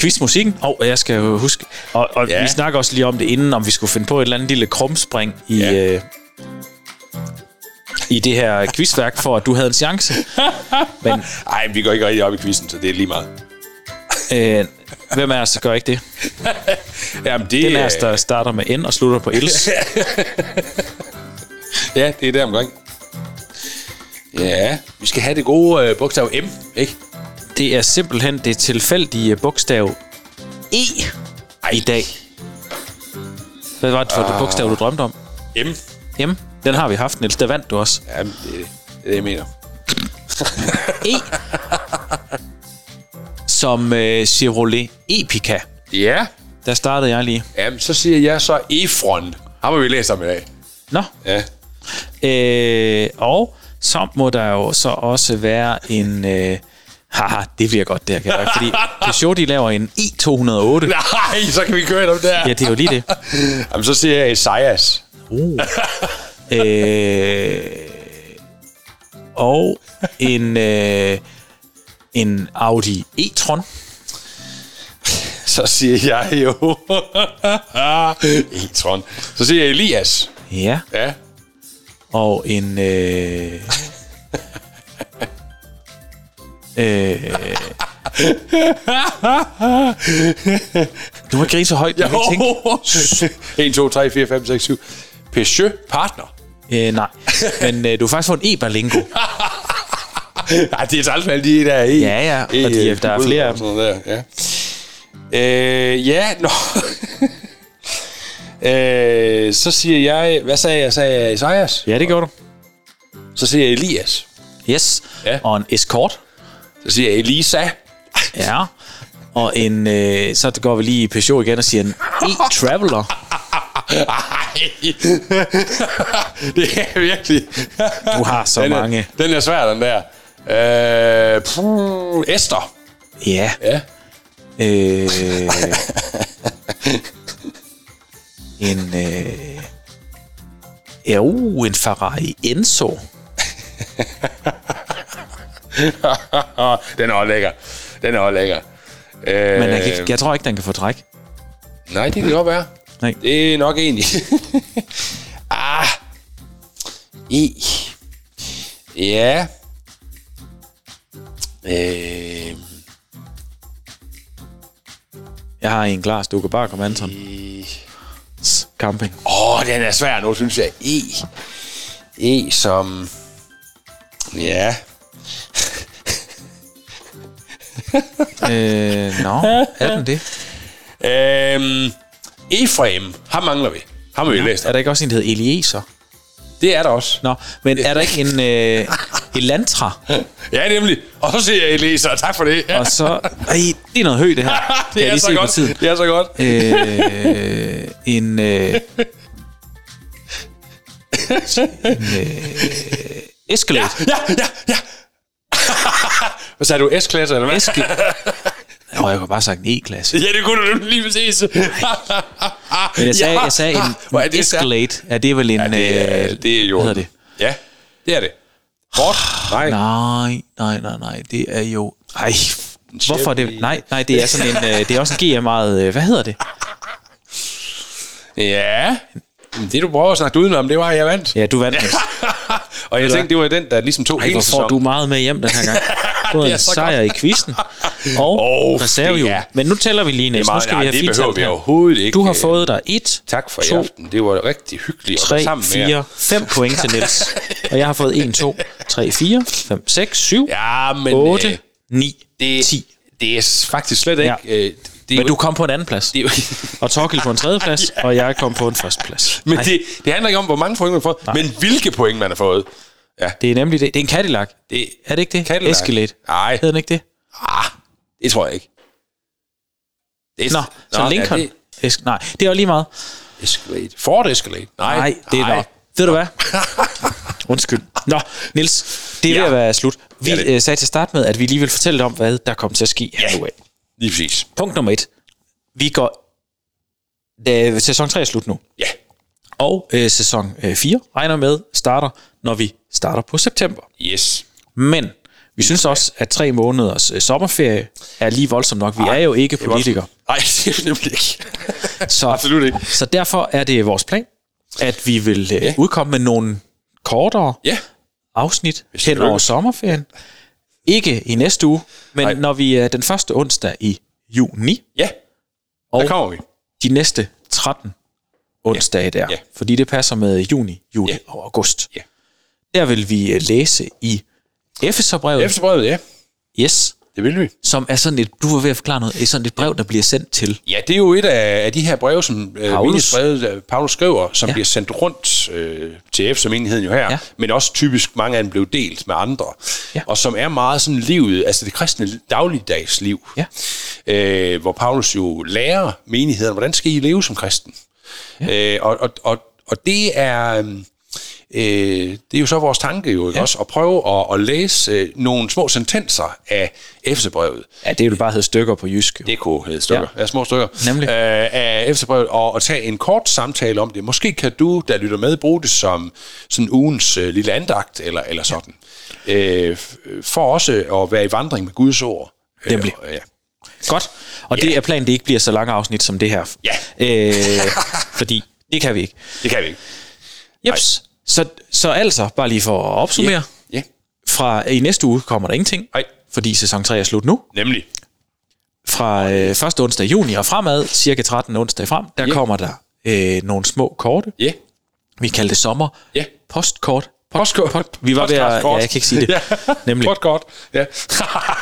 Speaker 1: quizmusikken. Og jeg skal jo huske... Og, og ja.
Speaker 2: Ja.
Speaker 1: vi snakker også lige om det inden, om vi skulle finde på et eller andet lille krumspring i...
Speaker 2: Ja.
Speaker 1: Ja. Øh, i det her quizværk, for at du havde en chance. Men
Speaker 2: Ej, vi går ikke rigtig op i quizzen, så det er lige meget.
Speaker 1: Øh, hvem af os gør ikke det?
Speaker 2: Jamen, det,
Speaker 1: Den af os, der starter med N og slutter på Ls.
Speaker 2: Ja, det er der omkring. Ja, vi skal have det gode øh, bogstav M, ikke?
Speaker 1: Det er simpelthen det tilfældige bogstav E i dag. Hvad var det for et bogstav, du drømte om?
Speaker 2: M.
Speaker 1: M. Den har vi haft, Niels. Der vandt du også.
Speaker 2: Jamen, det, det er det, jeg mener.
Speaker 1: E. Som øh, Chevrolet Epica.
Speaker 2: Ja.
Speaker 1: Der startede jeg lige.
Speaker 2: Jamen, så siger jeg så Efron. Ham har vi læst om i dag.
Speaker 1: Nå.
Speaker 2: Ja.
Speaker 1: Øh, og så må der jo så også være en... Øh, haha, det bliver godt, det her, kan jeg godt, fordi Peugeot, de laver en E i208.
Speaker 2: Nej, så kan vi køre dem der.
Speaker 1: Ja, det er jo lige det.
Speaker 2: Jamen, så siger jeg Esajas.
Speaker 1: Øh, og en, øh, en Audi e-tron.
Speaker 2: Så siger jeg jo... Etron. Så siger jeg Elias.
Speaker 1: Ja,
Speaker 2: Ja.
Speaker 1: og en... Øh, øh, du må ikke grine så højt, jeg kan ikke tænke.
Speaker 2: 1, 2, 3, 4, 5, 6, 7. Peugeot Partner.
Speaker 1: Øh, nej, men øh, du har faktisk fået en e-berlingo.
Speaker 2: Nej, det er træls med alle de der e,
Speaker 1: Ja, ja, og de-
Speaker 2: øh,
Speaker 1: der er flere af dem.
Speaker 2: Sådan noget der, ja. Øh, ja, nå. øh, så siger jeg... Hvad sagde jeg? Sagde jeg Isaias?
Speaker 1: Ja, det gjorde du.
Speaker 2: Så siger jeg Elias.
Speaker 1: Yes,
Speaker 2: Ja.
Speaker 1: og en escort.
Speaker 2: Så siger jeg Elisa.
Speaker 1: Ja, og en, øh, så går vi lige i Peugeot igen og siger en e-traveler.
Speaker 2: Ej. det er virkelig...
Speaker 1: Du har så
Speaker 2: den er,
Speaker 1: mange.
Speaker 2: Den er svær, den der. Øh, puh, Esther.
Speaker 1: Ja.
Speaker 2: Ja.
Speaker 1: Øh, en... Øh, ja, uh, en Ferrari Enzo.
Speaker 2: den er også lækker. Den er også lækker. Øh,
Speaker 1: Men jeg, kan, ikke- jeg tror ikke, den kan få træk.
Speaker 2: Nej, det kan godt være.
Speaker 1: Nej.
Speaker 2: Det er nok egentlig. ah. E. Ja. Øh.
Speaker 1: Jeg har en klar, så du kan bare komme, Anton. Camping.
Speaker 2: Åh, oh, den er svær nu, synes jeg. E. E som... Ja.
Speaker 1: øh, nå, er den det?
Speaker 2: Øhm, Efraim, ham mangler vi. Ham har vi ja. læst.
Speaker 1: Er der ikke også en, der hedder Eliezer?
Speaker 2: Det er der også.
Speaker 1: Nå, men er der ikke en øh, Elantra?
Speaker 2: Ja, nemlig. Og så siger jeg Elisa, og tak for det. Ja.
Speaker 1: Og så... Ej, det er noget højt, det her. Kan
Speaker 2: det
Speaker 1: jeg
Speaker 2: er
Speaker 1: lige
Speaker 2: så
Speaker 1: se på
Speaker 2: godt.
Speaker 1: tiden?
Speaker 2: Det er så godt.
Speaker 1: øh, en... Øh, en øh, Escalade.
Speaker 2: Ja, ja, ja. Hvad sagde du? S-klasse, eller hvad?
Speaker 1: Eske. Nå, jeg kunne bare have sagt en E-klasse.
Speaker 2: Ja, det kunne du nemlig lige præcis.
Speaker 1: Men jeg sagde,
Speaker 2: ja.
Speaker 1: jeg sagde en,
Speaker 2: Hvor er
Speaker 1: en
Speaker 2: det stærkt.
Speaker 1: Escalade. Ja, det er vel en... Ja,
Speaker 2: det er, det er jo...
Speaker 1: Hvad hedder det?
Speaker 2: Ja, det er det. Hårdt? Nej.
Speaker 1: Nej, nej, nej, nej. Det er jo... Ej, hvorfor er det... Nej, nej, det er sådan en... Øh, det er også en GM'et... Øh, hvad hedder det?
Speaker 2: Ja. Men Det, du prøver at snakke udenom, det var, at jeg vandt.
Speaker 1: Ja, du vandt. Niels.
Speaker 2: og jeg tænkte, det var den, der ligesom tog hele
Speaker 1: Ej, får du
Speaker 2: sæsonen.
Speaker 1: meget med hjem den her gang. Både
Speaker 2: Det er
Speaker 1: en
Speaker 2: så
Speaker 1: sejr i quizzen og
Speaker 2: Åh,
Speaker 1: oh, reservehjul.
Speaker 2: ja.
Speaker 1: Men nu tæller vi lige, Niels. Nu
Speaker 2: meget-
Speaker 1: skal
Speaker 2: nej,
Speaker 1: vi have
Speaker 2: det
Speaker 1: fint
Speaker 2: behøver
Speaker 1: talt
Speaker 2: vi
Speaker 1: her.
Speaker 2: overhovedet ikke.
Speaker 1: Du har fået dig 1,
Speaker 2: Tak for i
Speaker 1: 2,
Speaker 2: aften. Det var rigtig hyggeligt at
Speaker 1: 3,
Speaker 2: være sammen med
Speaker 1: 4,
Speaker 2: jer.
Speaker 1: 5 point til Niels. Og jeg har fået 1, 2, 3, 4, 5, 6, 7,
Speaker 2: Ja, men...
Speaker 1: 8,
Speaker 2: øh,
Speaker 1: 9,
Speaker 2: det,
Speaker 1: 10.
Speaker 2: Det er faktisk slet ikke...
Speaker 1: Ja.
Speaker 2: Ja. Øh, det er
Speaker 1: Men
Speaker 2: jo-
Speaker 1: du kom på en anden plads.
Speaker 2: Det er jo,
Speaker 1: Og Torkel på en tredje plads, og jeg kom på en første plads.
Speaker 2: men det, det handler ikke om, hvor mange point man har fået, Nej. men hvilke point man har fået.
Speaker 1: Det er nemlig det. Det er en Cadillac.
Speaker 2: Det,
Speaker 1: Er det ikke det?
Speaker 2: Cadillac.
Speaker 1: Escalade.
Speaker 2: Nej.
Speaker 1: Hedder den ikke det?
Speaker 2: det tror jeg ikke. Det er-
Speaker 1: Nå, så Lincoln.
Speaker 2: Er det
Speaker 1: Esk- nej, det er jo lige meget.
Speaker 2: Escalade? Ford Escalade? Nej,
Speaker 1: Nej, det er der. Ved du hvad? Undskyld. Nå, Nils, det er ja.
Speaker 2: Ja.
Speaker 1: ved at være slut. Vi
Speaker 2: Det er det.
Speaker 1: øh, sagde til start med, at vi lige vil fortælle dig om, hvad der kommer til at ske her nu af.
Speaker 2: Lige præcis.
Speaker 1: Punkt nummer et. Vi går... Øh, sæson 3 er slut nu.
Speaker 2: Ja.
Speaker 1: Og øh, sæson øh, 4 regner med starter, når vi starter på september.
Speaker 2: Yes.
Speaker 1: Men vi synes også, at tre måneders øh, sommerferie er lige voldsomt nok. Vi er jo ikke politikere.
Speaker 2: Nej, det er vi nemlig ikke.
Speaker 1: Så,
Speaker 2: Absolut ikke.
Speaker 1: Så derfor er det vores plan, at vi vil øh, udkomme med nogle kortere
Speaker 2: Ja.
Speaker 1: afsnit
Speaker 2: det
Speaker 1: hen over
Speaker 2: lykkes.
Speaker 1: sommerferien. Ikke i næste uge, men
Speaker 2: Nej.
Speaker 1: Nej. når vi er den første onsdag i juni,
Speaker 2: Ja,
Speaker 1: og
Speaker 2: der kommer vi.
Speaker 1: de næste 13 onsdage der,
Speaker 2: Ja.
Speaker 1: fordi det passer med juni, juli
Speaker 2: Ja.
Speaker 1: og august.
Speaker 2: Ja.
Speaker 1: Der vil vi øh, læse i Efeserbrevet,
Speaker 2: Efter brevet, ja.
Speaker 1: yes,
Speaker 2: Det vil vi.
Speaker 1: som er sådan et, du var ved at forklare noget, er sådan et brev, der bliver sendt til
Speaker 2: Ja, det er jo et af, af de her breve, som
Speaker 1: Paulus.
Speaker 2: øh, Paulus. Brevet, øh, Paulus skriver, som
Speaker 1: Ja.
Speaker 2: ja. bliver sendt rundt øh, til F, som enheden jo her,
Speaker 1: Ja.
Speaker 2: ja. men også typisk mange af dem blev delt med andre,
Speaker 1: Ja.
Speaker 2: ja. og som er meget sådan livet, altså det kristne dagligdagsliv,
Speaker 1: Ja.
Speaker 2: øh, hvor Paulus jo lærer menigheden, hvordan skal I leve som kristen? Ja. Øh, og, og, og, og det er... øhm, Øh, det er jo så vores tanke jo ikke også, at prøve at, at læse øh, nogle små sentenser af Efesebrevet,
Speaker 1: Ja, det er jo bare hedder stykker på jysk. jo.
Speaker 2: det kunne hedde øh, stykker. Ja. ja, små stykker.
Speaker 1: Nemlig.
Speaker 2: Øh, af efterbrevet, og, og tage en kort samtale om det. Måske kan du, der lytter med, bruge det som sådan ugens øh, lille andagt, eller, eller sådan. Øh, f- for også at være i vandring med Guds ord.
Speaker 1: Nemlig.
Speaker 2: Øh, ja.
Speaker 1: Godt. Og yeah. det er planen, det ikke bliver så lange afsnit som det her.
Speaker 2: Ja.
Speaker 1: Øh, fordi det kan vi ikke.
Speaker 2: Det kan vi ikke.
Speaker 1: Jeps. Så, så altså, bare lige for at opsummere. Yeah.
Speaker 2: Ja,
Speaker 1: Fra øh, i næste uge kommer der ingenting.
Speaker 2: Nej.
Speaker 1: Fordi sæson 3 er slut nu.
Speaker 2: nemlig.
Speaker 1: Fra øh, første onsdag i juni og fremad, cirka 13 onsdag frem, der yeah. kommer der øh, nogle små korte.
Speaker 2: Ja,
Speaker 1: Vi kalder det sommer.
Speaker 2: Ja.
Speaker 1: Postkort. Pod-
Speaker 2: Postkort.
Speaker 1: Vi var ved at...
Speaker 2: Podcastkort.
Speaker 1: Ja, jeg kan ikke sige det.
Speaker 2: Ja.
Speaker 1: Nemlig.
Speaker 2: Godt, godt. Ja. Ej, det,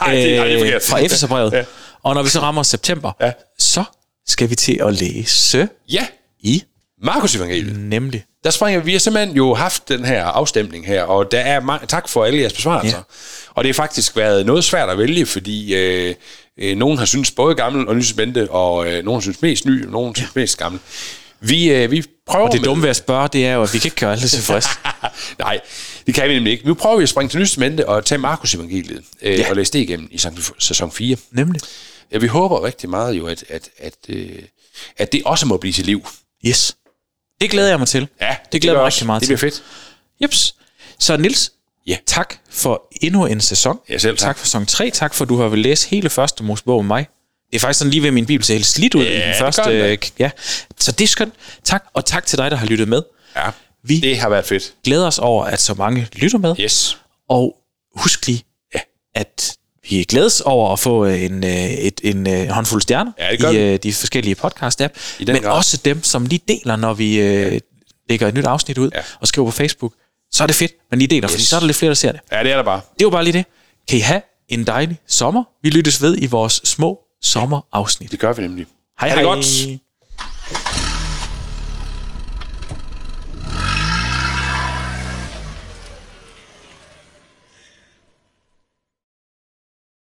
Speaker 2: ej, det er
Speaker 1: Øh,
Speaker 2: forkert.
Speaker 1: fra Efeserbrevet.
Speaker 2: Ja.
Speaker 1: Og når vi så rammer september,
Speaker 2: Ja.
Speaker 1: så skal vi til at læse
Speaker 2: Ja,
Speaker 1: i
Speaker 2: Markus evangeliet.
Speaker 1: nemlig
Speaker 2: der springer vi. Vi har simpelthen jo haft den her afstemning her, og der er ma- tak for alle jeres besvarelser.
Speaker 1: Ja.
Speaker 2: Ja. Og det har faktisk været noget svært at vælge, fordi øh, øh, nogen har synes både gammel og nyspændte, og øh, nogen synes mest ny, og nogen synes mest gammel. Vi, øh, vi prøver
Speaker 1: Og det
Speaker 2: med-
Speaker 1: dumme ved at spørge, det er jo, at vi kan ikke gøre alle tilfredse.
Speaker 2: Nej, det kan vi nemlig ikke. Nu prøver vi at springe til nyspændte og tage Markus evangeliet øh, ja. og læse det igennem i sæson- sæson 4.
Speaker 1: Nemlig.
Speaker 2: Ja, vi håber rigtig meget jo, at, at, at, øh, at det også må blive til liv.
Speaker 1: Yes. Det glæder jeg mig til.
Speaker 2: Ja,
Speaker 1: det glæder jeg
Speaker 2: gør
Speaker 1: mig
Speaker 2: også.
Speaker 1: rigtig meget
Speaker 2: Det
Speaker 1: til.
Speaker 2: bliver fedt.
Speaker 1: Jeps. Så Nils,
Speaker 2: Ja.
Speaker 1: tak for endnu en sæson.
Speaker 2: Ja, selv tak.
Speaker 1: tak. for sæson 3. Tak for, at du har vel læst hele første Mosebog med mig. Det er faktisk sådan lige ved at min bibel ser helt slidt ud i den
Speaker 2: det
Speaker 1: første.
Speaker 2: gør den
Speaker 1: øh, ja. Så det er skønt. Tak, og tak til dig, der har lyttet med.
Speaker 2: Ja,
Speaker 1: Vi
Speaker 2: det har været fedt.
Speaker 1: glæder os over, at så mange lytter med.
Speaker 2: Yes.
Speaker 1: Og husk lige,
Speaker 2: Ja.
Speaker 1: at vi glædes over at få øh, en, øh, et, en øh, håndfuld stjerner
Speaker 2: Ja, det gør
Speaker 1: i
Speaker 2: vi.
Speaker 1: øh, de forskellige podcast-app,
Speaker 2: I den
Speaker 1: men
Speaker 2: grad.
Speaker 1: også dem, som lige deler, når vi øh, lægger et nyt afsnit ud
Speaker 2: Ja.
Speaker 1: og skriver på Facebook. Så er det fedt, man lige deler, yes. fordi
Speaker 2: Yes.
Speaker 1: så er der lidt flere, der ser det.
Speaker 2: Ja, det er der bare.
Speaker 1: Det var bare lige det. Kan I have en dejlig sommer. Vi lyttes ved i vores små sommerafsnit.
Speaker 2: Det gør vi nemlig.
Speaker 1: Hej
Speaker 2: Ha' det
Speaker 1: hej.
Speaker 2: godt.